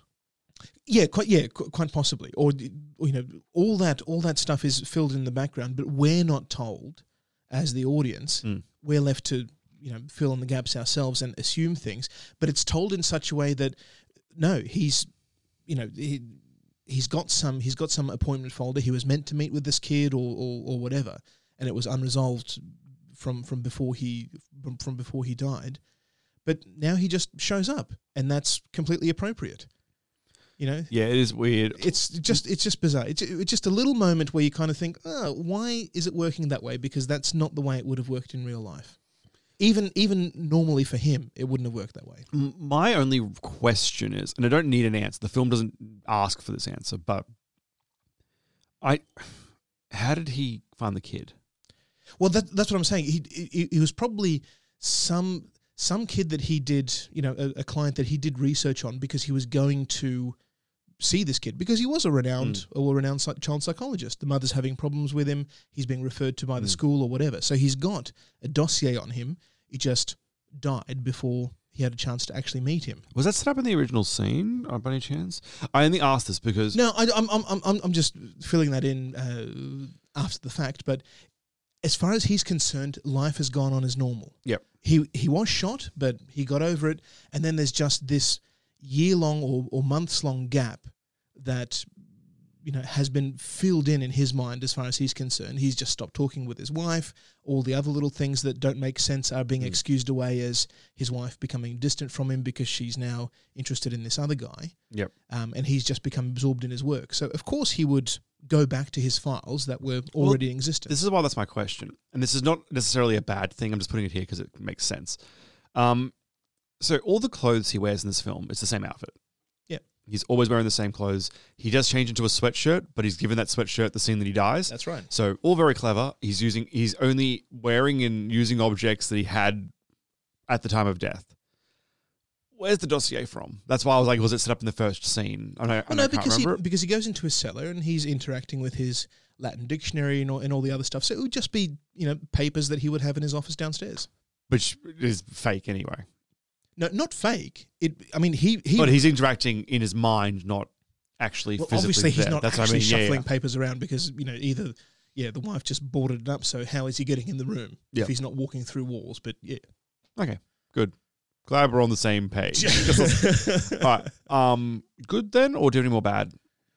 Yeah, quite. Yeah, qu- quite possibly. Or d- or, you know, all that all that stuff is filled in the background, but we're not told as the audience. We're left to you know fill in the gaps ourselves and assume things. But it's told in such a way that no, he's you know he, he's got some he's got some appointment folder. He was meant to meet with this kid or or, or whatever, and it was unresolved from from before he from, from before he died. But now he just shows up, and that's completely appropriate. You know, Yeah, it is weird. it's just it's just bizarre. It's, it's just a little moment where you kind of think, oh, why is it working that way? Because that's not the way it would have worked in real life. Even even normally for him, it wouldn't have worked that way. M- My only question is, and I don't need an answer. The film doesn't ask for this answer, but I, how did he find the kid? Well, that, that's what I'm saying. He, he he was probably some some kid that he did, you know, a, a client that he did research on because he was going to see this kid because he was a renowned or a renowned psy- child psychologist. The mother's having problems with him. He's being referred to by the school or whatever. So he's got a dossier on him. He just died before he had a chance to actually meet him. Was that set up in the original scene uh, by any chance? I only asked this because No, I, I'm, I'm, I'm- I'm, I'm just filling that in uh, after the fact. But as far as he's concerned, life has gone on as normal. Yep. He he was shot, but he got over it. And then there's just this year long or, or months long gap that you know has been filled in in his mind as far as he's concerned. He's just stopped talking with his wife. All the other little things that don't make sense are being excused away as his wife becoming distant from him because she's now interested in this other guy Yep. um, and he's just become absorbed in his work. So of course he would go back to his files that were Well, already in existence. This is why that's my question, and this is not necessarily a bad thing. I'm just putting it here because it makes sense. Um, so all the clothes he wears in this film, it's the same outfit. Yep. He's always wearing the same clothes. He does change into a sweatshirt, but he's given that sweatshirt the scene that he dies. That's right. So all very clever. He's using. He's only wearing and using objects that he had at the time of death. Where's the dossier from? That's why I was like, was it set up in the first scene? I, don't, I Well, no, can't because he remember it. because he goes into his cellar and he's interacting with his Latin dictionary and all, and all the other stuff. So it would just be you know papers that he would have in his office downstairs. which is fake anyway. No, not fake. It. I mean, he he. but he's interacting in his mind, not actually Well, physically obviously, he's there. not That's what I actually mean. Yeah, yeah. shuffling papers around because you know either yeah the wife just boarded it up. So how is he getting in the room Yeah. if he's not walking through walls? But yeah, Okay, good. Glad we're on the same page. All right. Um, good then, or do you have any more bad?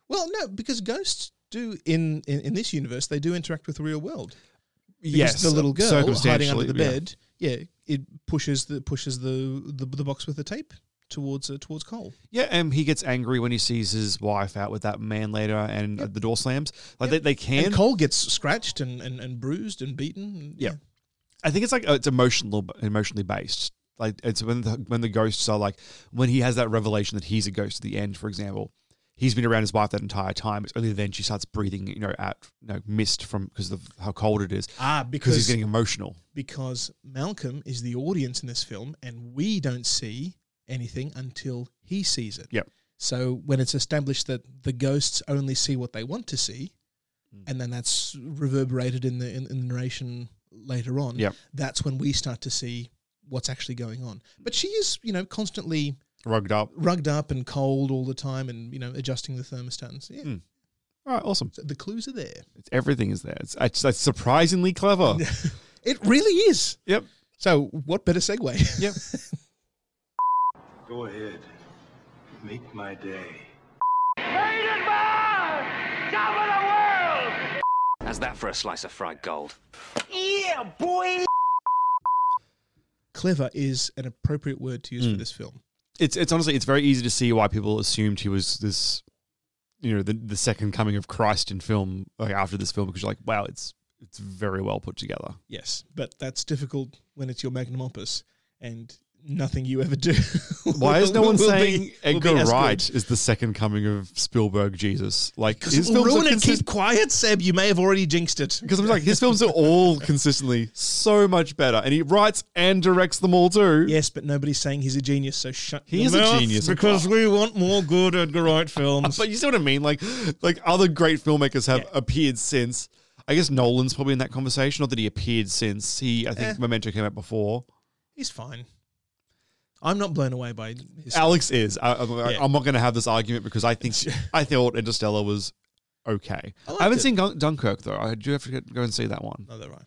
well, no, because ghosts do in in, in this universe they do interact with the real world. Because Yes, the little girl hiding under circumstantially, the yeah. bed. Yeah, it pushes the pushes the the, the box with the tape towards uh, towards Cole. Yeah, and he gets angry when he sees his wife out with that man later, and uh the door slams. Like they, they can. And Cole gets scratched and, and, and bruised and beaten. and- yeah. I think it's like uh, it's emotional, emotionally based. Like it's when the, when the ghosts are like when he has that revelation that he's a ghost at the end, for example. He's been around his wife that entire time. It's only then she starts breathing, you know, out you know, mist from because of how cold it is. Ah, he's because- getting emotional. because Malcolm is the audience in this film, and we don't see anything until he sees it. Yep. So when it's established that the ghosts only see what they want to see, and then that's reverberated in the in, in the narration later on. Yep. That's when we start to see what's actually going on. But she is, you know, constantly Rugged up. rugged up and cold all the time, and you know, adjusting the thermostat. And, so, yeah. Mm. All right, awesome. So the clues are there. It's, everything is there. It's, it's, it's surprisingly clever. It really is. Yep. So what better segue? Yep. Go ahead. Make my day. Top of the world! How's that for a slice of fried gold? Yeah, boy! Clever is an appropriate word to use for this film. it's it's honestly it's very easy to see why people assumed he was this you know the the second coming of Christ in film like after this film because you're like wow it's it's very well put together Yes, but that's difficult when it's your magnum opus and nothing you ever do. why is no will- one will be- saying will be Edgar as good. Wright is the second coming of Spielberg Jesus like 'Cause it will films are ruin it. consist- Keep quiet, Seb. You may have already jinxed it. because I'm like his films are all consistently so much better and he writes and directs them all too yes but nobody's saying he's a genius so shut he your is a mouth, genius because we want more good Edgar Wright films but you see what I mean like like other great filmmakers have appeared since I guess Nolan's probably in that conversation not that he appeared since he I Eh. think Memento came out before he's fine. I'm not blown away by his Alex is. I, I'm, Yeah. I'm not going to have this argument because I think I thought Interstellar was okay. I, liked haven't it. seen Dun- Dunkirk though. I do have to get- go and see that one. No, they're right.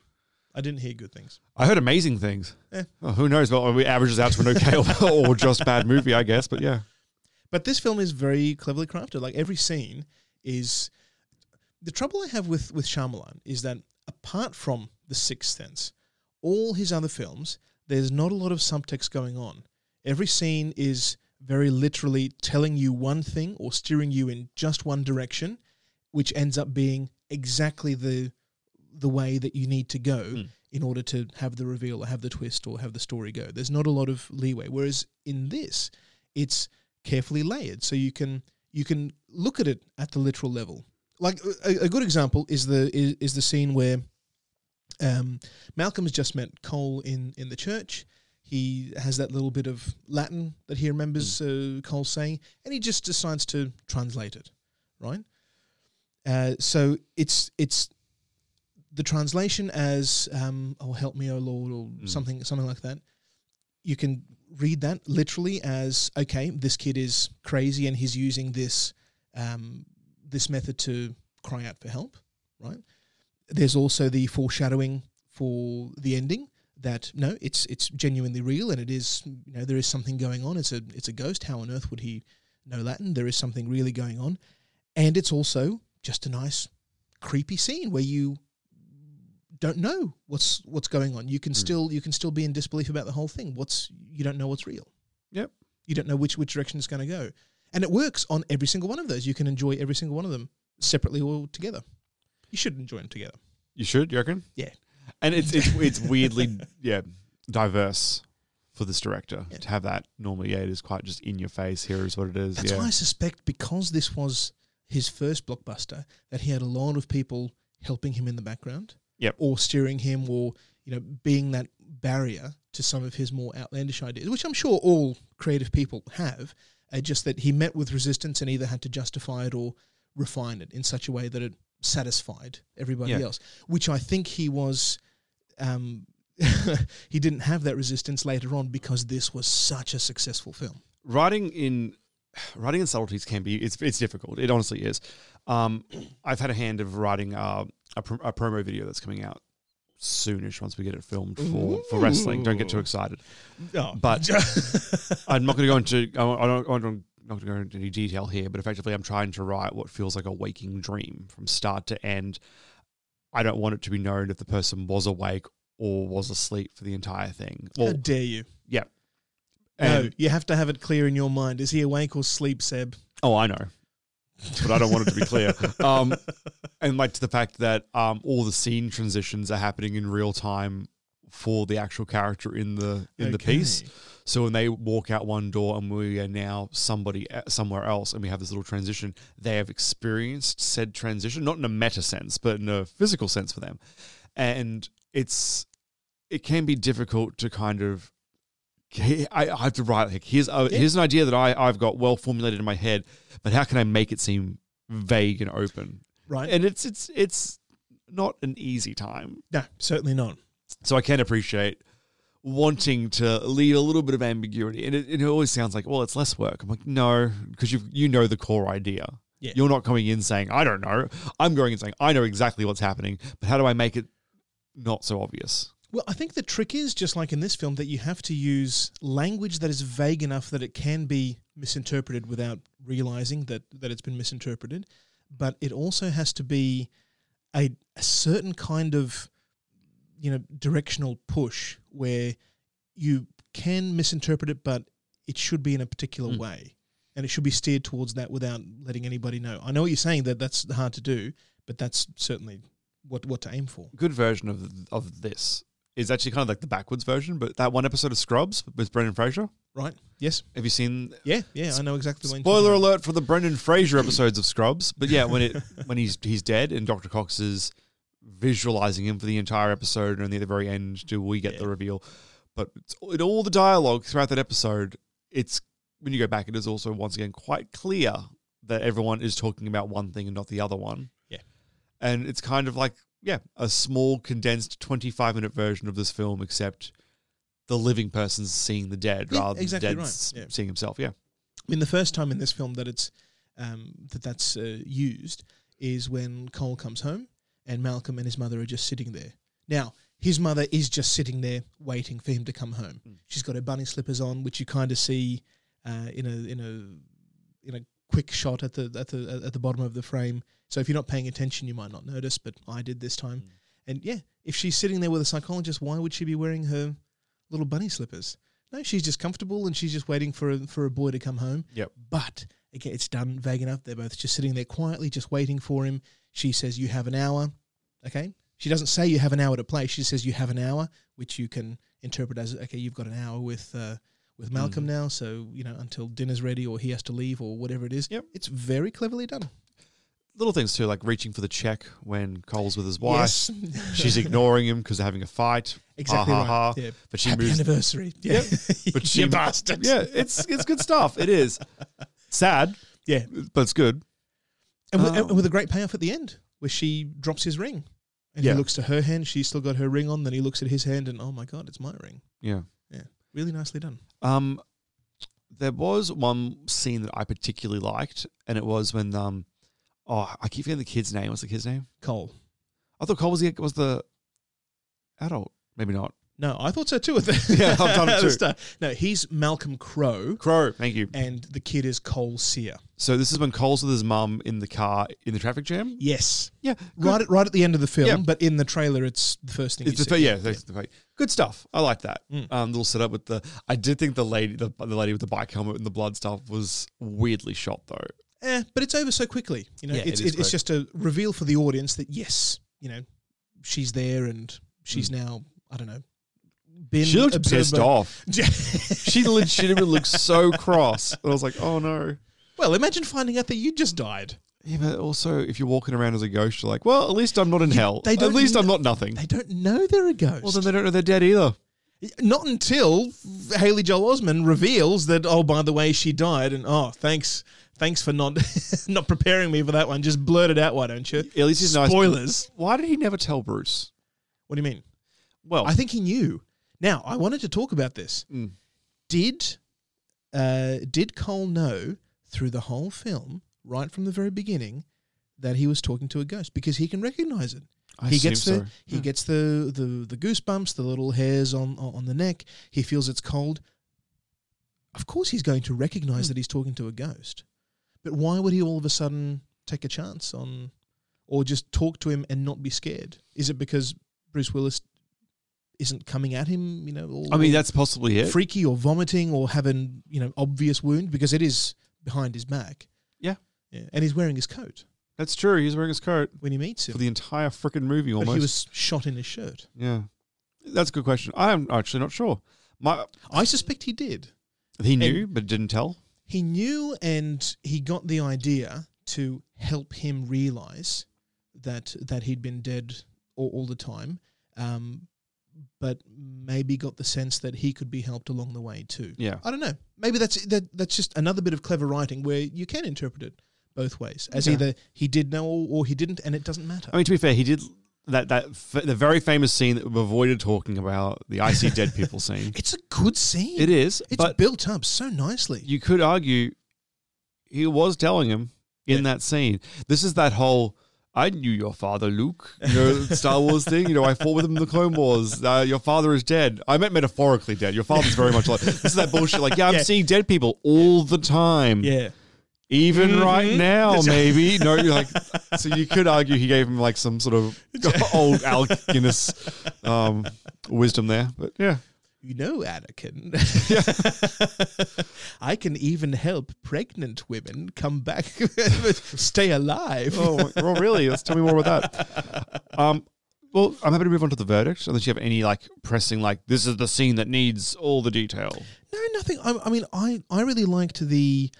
I didn't hear good things. I heard amazing things. Eh. Well, who knows? Well, it averages out to an okay or, or just bad movie, I guess. But yeah, But this film is very cleverly crafted. Like every scene is. The trouble I have with with Shyamalan is that apart from The Sixth Sense, all his other films, there's not a lot of subtext going on. Every scene is very literally telling you one thing or steering you in just one direction, which ends up being exactly the the way that you need to go in order to have the reveal or have the twist or have the story go. There's not a lot of leeway. Whereas in this, it's carefully layered, so you can you can look at it at the literal level. Like a, a good example is the is, is the scene where um, Malcolm has just met Cole in in the church. He has that little bit of Latin that he remembers uh, Cole saying, and he just decides to translate it, right? Uh, so it's it's the translation as um, "Oh help me, oh Lord" or something something like that. You can read that literally as okay, this kid is crazy and he's using this um, this method to cry out for help, right? There's also the foreshadowing for the ending that no, it's it's genuinely real and it is you know there is something going on. It's a it's a ghost. How on earth would he know Latin? There is something really going on, and it's also just a nice creepy scene where you don't know what's what's going on. You can still you can still be in disbelief about the whole thing. What's you don't know what's real. Yep. You don't know which which direction it's going to go, and it works on every single one of those. You can enjoy every single one of them separately or together. You should enjoy them together. you should. You reckon? Yeah. And it's it's, it's weirdly yeah diverse for this director to have that. Normally, yeah, it is quite just in your face. Here is what it is. That's yeah. why I suspect because this was his first blockbuster that he had a lot of people helping him in the background, Yep. or steering him, or you know, being that barrier to some of his more outlandish ideas, which I'm sure all creative people have. Uh, just that he met with resistance and either had to justify it or refine it in such a way that it satisfied everybody Yeah. else, which I think he was. Um, he didn't have that resistance later on because this was such a successful film. writing in writing in subtleties can be it's it's difficult. It honestly is. Um, I've had a hand of writing uh, a, pr- a promo video that's coming out soonish once we get it filmed for, for wrestling. Don't get too Ooh. excited. Oh. But I'm not going to go into I don't, I don't not going to go into any detail here. But effectively, I'm trying to write what feels like a waking dream from start to end. I don't want it to be known if the person was awake or was asleep for the entire thing. How dare you? Yeah. No, And- you have to have it clear in your mind. Is he awake or sleep, Seb? Oh, I know, but I don't want it to be clear. Um, and like to the fact that um, all the scene transitions are happening in real time for the actual character in the in the piece. Okay. So when they walk out one door and we are now somebody e- somewhere else, and we have this little transition, they have experienced said transition, not in a meta sense, but in a physical sense for them. And it's it can be difficult to kind of I, I have to write like here's a, Yeah. here's an idea that I I've got well formulated in my head, but how can I make it seem vague and open? Right. and it's it's it's not an easy time, No, certainly not. so I can appreciate wanting to leave a little bit of ambiguity, and it, it always sounds like well it's less work. I'm like no, because you you know the core idea. Yeah. You're not coming in saying I don't know. I'm going in saying I know exactly what's happening, but how do I make it not so obvious? Well, I think the trick is just like in this film that you have to use language that is vague enough that it can be misinterpreted without realizing that that it's been misinterpreted, but it also has to be a, a certain kind of you know directional push where you can misinterpret it, but it should be in a particular way, and it should be steered towards that without letting anybody know. I know what you're saying that that's hard to do, but that's certainly what what to aim for. good version of of this is actually kind of like the backwards version, but that one episode of Scrubs with Brendan Fraser. Right. Yes. Have you seen? Yeah, yeah, I know exactly what you're talking Spoiler alert for the Brendan Fraser episodes of Scrubs, but yeah, when it when he's he's dead and Dr. Cox is visualizing him for the entire episode, and at the very end, do we get the reveal? But it's, in all the dialogue throughout that episode, it's when you go back, it is also once again quite clear that everyone is talking about one thing and not the other one and it's kind of like yeah a small condensed 25 minute version of this film except the living person's seeing the dead Yeah, rather exactly than dead right, s- yeah. seeing himself yeah I mean, the first time in this film that it's um, that that's uh, used is when Cole comes home and Malcolm and his mother are just sitting there. Now, his mother is just sitting there waiting for him to come home. She's got her bunny slippers on, which you kind of see uh, in a in a in a quick shot at the at the at the bottom of the frame. So if you're not paying attention, you might not notice, but I did this time. And yeah, if she's sitting there with a psychologist, why would she be wearing her little bunny slippers? No, she's just comfortable and she's just waiting for a, for a boy to come home. Yep. But again, it's done vague enough. They're both just sitting there quietly, just waiting for him. She says, "You have an hour." Okay. She doesn't say you have an hour to play. She says you have an hour, which you can interpret as okay, you've got an hour with uh, with Malcolm Mm-hmm. now. So you know until dinner's ready, or he has to leave, or whatever it is. Yep. It's very cleverly done. Ah, little things too like reaching for the check when cole's with his wife Yes. she's ignoring him because they're having a fight Exactly ha, right, ha, ha. yeah. but she Happy moves anniversary. Yeah. but You she bastard. yeah it's it's good stuff it is sad yeah but it's good And, with, Um, and with a great payoff at the end, where she drops his ring, and Yeah. he looks to her hand. She's still got her ring on. Then he looks at his hand, and oh my god, it's my ring. yeah Yeah, really nicely done. Um, there was one scene that I particularly liked, and it was when um, oh, I keep forgetting the kid's name. What's the kid's name? Cole. I thought Cole was the was the adult. Maybe not. No, I thought so too. At the, Yeah, I've done it at the too. start. No, he's Malcolm Crowe. Crow. Thank you. And the kid is Cole Sear. So this is when Cole's with his mum in the car in the traffic jam. Yes. Yeah. Right good. at, right at the end of the film, Yeah. but in the trailer, it's the first thing It's you the, see. yeah, that's the good stuff. I like that um, little setup with the. I did think the lady, the, the lady with the bike helmet and the blood stuff was weirdly shot though. Eh, but it's over so quickly. You know, Yeah, it's, it is it- it's quick. just a reveal for the audience that, yes, you know, she's there and she's now, I don't know, been Hmm. she looked observed pissed by- off. she legitimately looked so cross. And I was like, oh no. Well, imagine finding out that you just died. Yeah, but also if you're walking around as a ghost, you're like, well, at least I'm not in hell. they at don't least I'm kn- not nothing. They don't know they're a ghost. Well, then they don't know they're dead either. Not until Haley Joel Osment reveals that, oh, by the way, she died, and oh, thanks, thanks for not not preparing me for that one. Just blurt it out, why don't you? At least he's nice. Spoilers. Why did he never tell Bruce? What do you mean? Well, mm, I think he knew. Now, I wanted to talk about this. Did uh, did Cole know through the whole film, right from the very beginning, that he was talking to a ghost because he can recognize it. I he assume gets the so. Mm. he gets the, the the goosebumps, the little hairs on on the neck. He feels it's cold. Of course, he's going to Hmm. recognize that he's talking to a ghost, but why would he all of a sudden take a chance on, or just talk to him and not be scared? Is it because Bruce Willis isn't coming at him? You know, all I mean, that's possibly it. Freaky or vomiting or having you know obvious wound because it is behind his back. Yeah. yeah, and he's wearing his coat. That's true. He's wearing his coat when he meets him for the entire freaking movie. Almost. But he was shot in his shirt. Yeah, that's a good question. I am actually not sure. My, I suspect he did. He knew, but didn't tell. He knew, and he got the idea to help him realize that that he'd been dead all, all the time. Um, but maybe got the sense that he could be helped along the way too. Yeah. I don't know. Maybe that's that, that's just another bit of clever writing where you can interpret it both ways, as Yeah. either he did know or, or he didn't, and it doesn't matter. I mean, to be fair, he did that that f- the very famous scene that we avoided talking about, the I see dead people scene. It's a good scene. It is, It's but- built up so nicely. you could argue he was telling him in that scene. This is that whole I knew your father, Luke. You know, Star Wars thing. You know, I fought with him in the Clone Wars. Uh, your father is dead. I meant metaphorically dead. Your father's very much like this is that bullshit. Like, yeah, I'm Yeah. seeing dead people all the time. Yeah. Even Mhm. right now, That's- maybe no. You're like, so you could argue he gave him like some sort of old Alec Guinness um, wisdom there, but yeah. You know, Anakin. I can even help pregnant women come back, stay alive. oh, well, really? Let's tell me more about that. Um, well, I'm happy to move on to the verdict. Unless you have any like pressing, like this is the scene that needs all the detail. No, nothing. I, I mean, I, I really liked the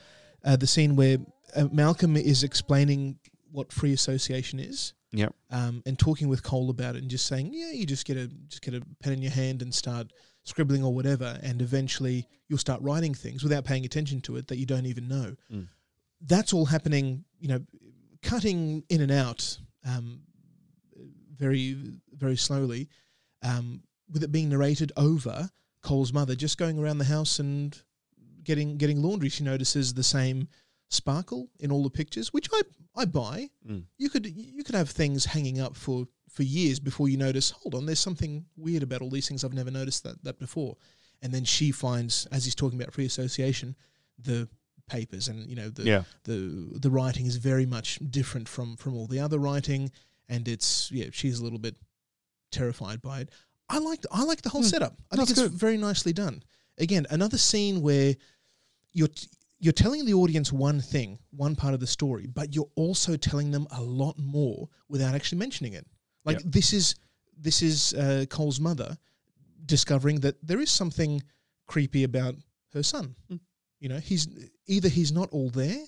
uh, the scene where uh, Malcolm is explaining what free association is, Yep. um, and talking with Cole about it, and just saying, yeah, you just get a just get a pen in your hand and start scribbling or whatever, and eventually you'll start writing things without paying attention to it that you don't even know. Mm. That's all happening, you know, cutting in and out um, very very slowly, um, with it being narrated over Cole's mother just going around the house and getting getting laundry. She notices the same sparkle in all the pictures, which I I buy. Mm. You could you could have things hanging up for for years before you notice. Hold on, there's something weird about all these things. I've never noticed that that before. And then she finds, as he's talking about free association, the papers and you know the Yeah. the the writing is very much different from from all the other writing, and it's yeah she's a little bit terrified by it. I liked I like the whole setup. I think it's very nicely done. Again, another scene where you're t- you're telling the audience one thing, one part of the story, but you're also telling them a lot more without actually mentioning it. Like Yeah. this is this is uh, Cole's mother discovering that there is something creepy about her son. Hmm. You know, he's either he's not all there,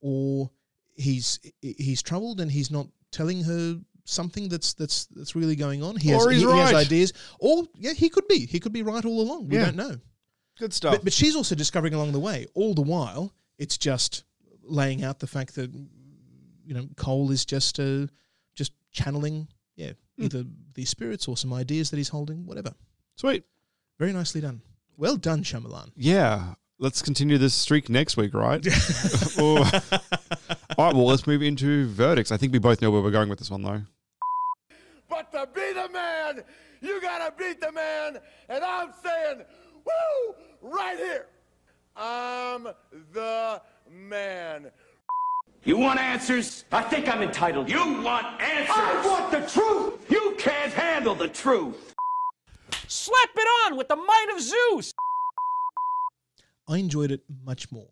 or he's he's troubled and he's not telling her something that's that's that's really going on. He Or has, he's he, he has right. ideas, or yeah, he could be he could be right all along. We Yeah. don't know. Good stuff. But, but she's also discovering along the way. All the while, it's just laying out the fact that you know Cole is just uh, just channeling, yeah, Hmm. either these spirits or some ideas that he's holding, whatever. Sweet, very nicely done. Well done, Shyamalan. yeah. Let's continue this streak next week, right? Or- all right. Well, let's move into verdicts. I think we both know where we're going with this one, though. But to be the man, you gotta beat the man. And I'm saying, woo, right here. I'm the man. You want answers? I think I'm entitled. You want answers? I want the truth! You can't handle the truth! Slap it on with the might of Zeus! I enjoyed it much more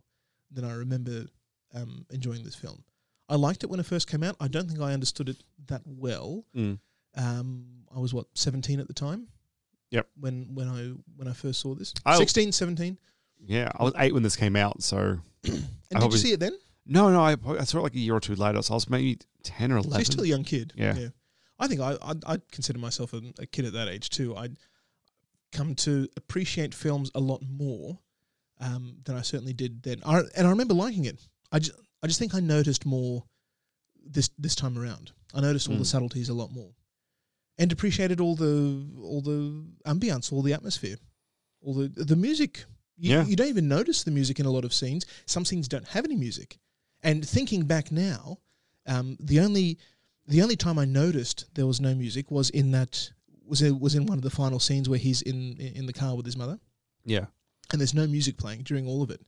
than I remember um, enjoying this film. I liked it when it first came out. I don't think I understood it that well. Mm. Um, I was what seventeen at the time. Yep. When when I when I first saw this, I- 16, 17. Yeah, I was eight when this came out, so. and did you see it then? No, no. I, I saw it like a year or two later, so I was maybe ten or eleven. So you're still a young kid. Yeah. I think I I, I consider myself a, a kid at that age too. I come to appreciate films a lot more um, than I certainly did then. I, and I remember liking it. I just I just think I noticed more this this time around. I noticed all the Mm. subtleties a lot more, and appreciated all the all the ambiance, all the atmosphere, all the the music. You, Yeah. you don't even notice the music in a lot of scenes. Some scenes don't have any music. And thinking back now, um, the only the only time I noticed there was no music was in that was it was in one of the final scenes where he's in in the car with his mother Yeah. and there's no music playing during all of it,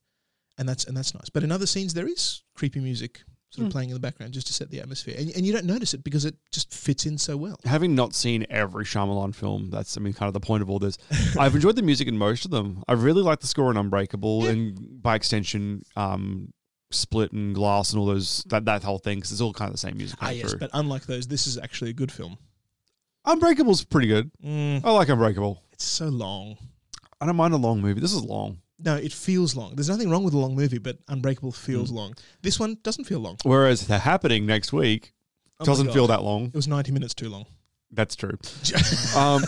and that's and that's nice. But in other scenes, there is creepy music sort of Mm. playing in the background just to set the atmosphere, and, and you don't notice it because it just fits in so well. Having not seen every Shyamalan film, that's I mean kind of the point of all this. I've enjoyed the music in most of them. I really like the score in Unbreakable and by extension, um, Split and Glass and all those that that whole thing because it's all kind of the same music. Ah, coming yes, through. but unlike those, this is actually a good film. Mm, Unbreakable's pretty good. I like Unbreakable. It's so long. I don't mind a long movie. This is long. No, it feels long. There's nothing wrong with a long movie, but Unbreakable feels Hmm. long. This one doesn't feel long. Whereas the happening next week Oh my doesn't God. feel that long. It was 90 minutes too long. That's true. um,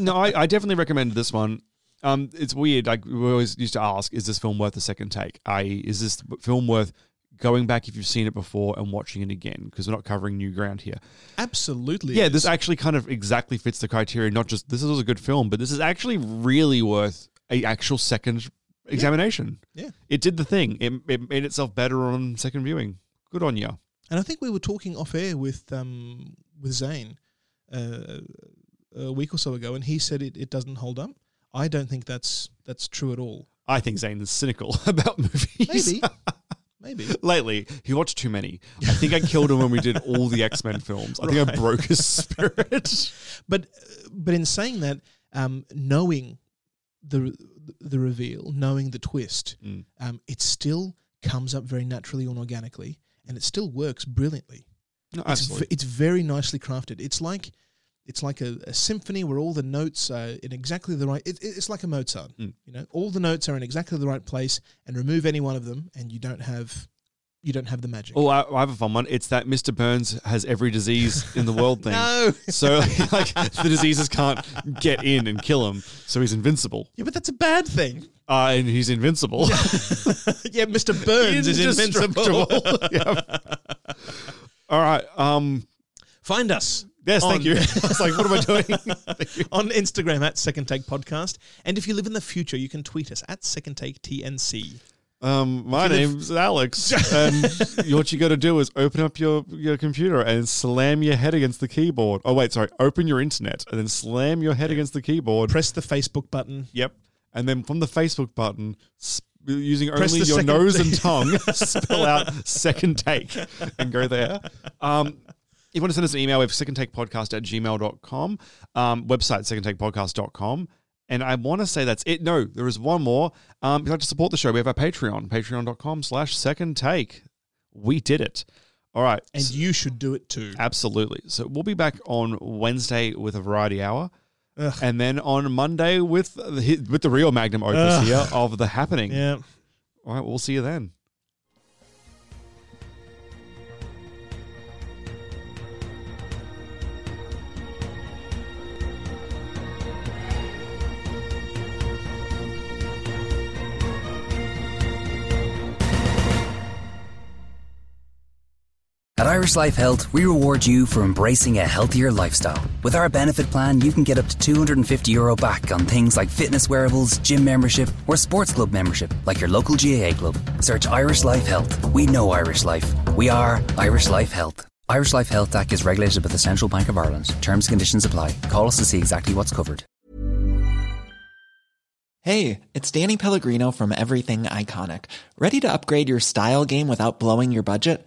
no, I, I definitely recommend this one. Um, it's weird. Like we always used to ask, is this film worth a second take? I is this film worth going back if you've seen it before and watching it again? Because we're not covering new ground here. Absolutely. yeah, it this is. actually kind of exactly fits the criteria. Not just this is a good film, but this is actually really worth a actual second examination. Yeah. it did the thing. It, it made itself better on second viewing. Good on you. And I think we were talking off air with um, with Zane uh, a week or so ago, and he said it, it doesn't hold up. I don't think that's that's true at all. I think Zane is cynical about movies. Maybe. Maybe. Lately, he watched too many. I think I killed him when we did all the X Men films. I think I Right. broke his spirit. but but in saying that, um, knowing the the reveal, knowing the twist, Mm. um, it still comes up very naturally and organically, and it still works brilliantly. No, it's, absolutely. it's very nicely crafted. It's like it's like a, a symphony where all the notes are in exactly the right. It, it's like a Mozart. Mm. You know, all the notes are in exactly the right place, and remove any one of them, and you don't have you don't have the magic. Oh, I, I have a fun one. It's that Mr. Burns has every disease in the world thing. No. So, like, the diseases can't get in and kill him. So he's invincible. Yeah, but that's a bad thing. Uh, and he's invincible. yeah, Mr. Burns is invincible. Indestructible. Yep. All right. Um, Find us. Yes, on- thank you. I was like, what am I doing? on Instagram at Second Take Podcast. And if you live in the future, you can tweet us at Second Take TNC. Um, my If you live- name's Alex, and what you got to do is open up your, your computer and slam your head against the keyboard. Oh wait, sorry, open your internet and then slam your head against the keyboard. Press the Facebook button. Yep, and then from the Facebook button, sp- using Press only the your second- nose and tongue, spell out second take and go there. Um, if you want to send us an email, we have secondtakepodcast at gmail.com, um, website secondtakepodcast.com. And I want to say that's it. No, there is one more. Um, if you'd like to support the show, we have our Patreon, patreon.com slash second take. We did it. All right. And you should do it too. Absolutely. So we'll be back on Wednesday with a variety hour. And then on Monday with the, with the real magnum opus Ugh. here of the happening. Yeah. All right, we'll see you then. At Irish Life Health, we reward you for embracing a healthier lifestyle. With our benefit plan, you can get up to 250 euro back on things like fitness wearables, gym membership, or sports club membership, like your local GAA club. Search Irish Life Health. We know Irish Life. We are Irish Life Health. Irish Life Health Act is regulated by the Central Bank of Ireland. Terms and conditions apply. Call us to see exactly what's covered. Hey, it's Danny Pellegrino from Everything Iconic. Ready to upgrade your style game without blowing your budget?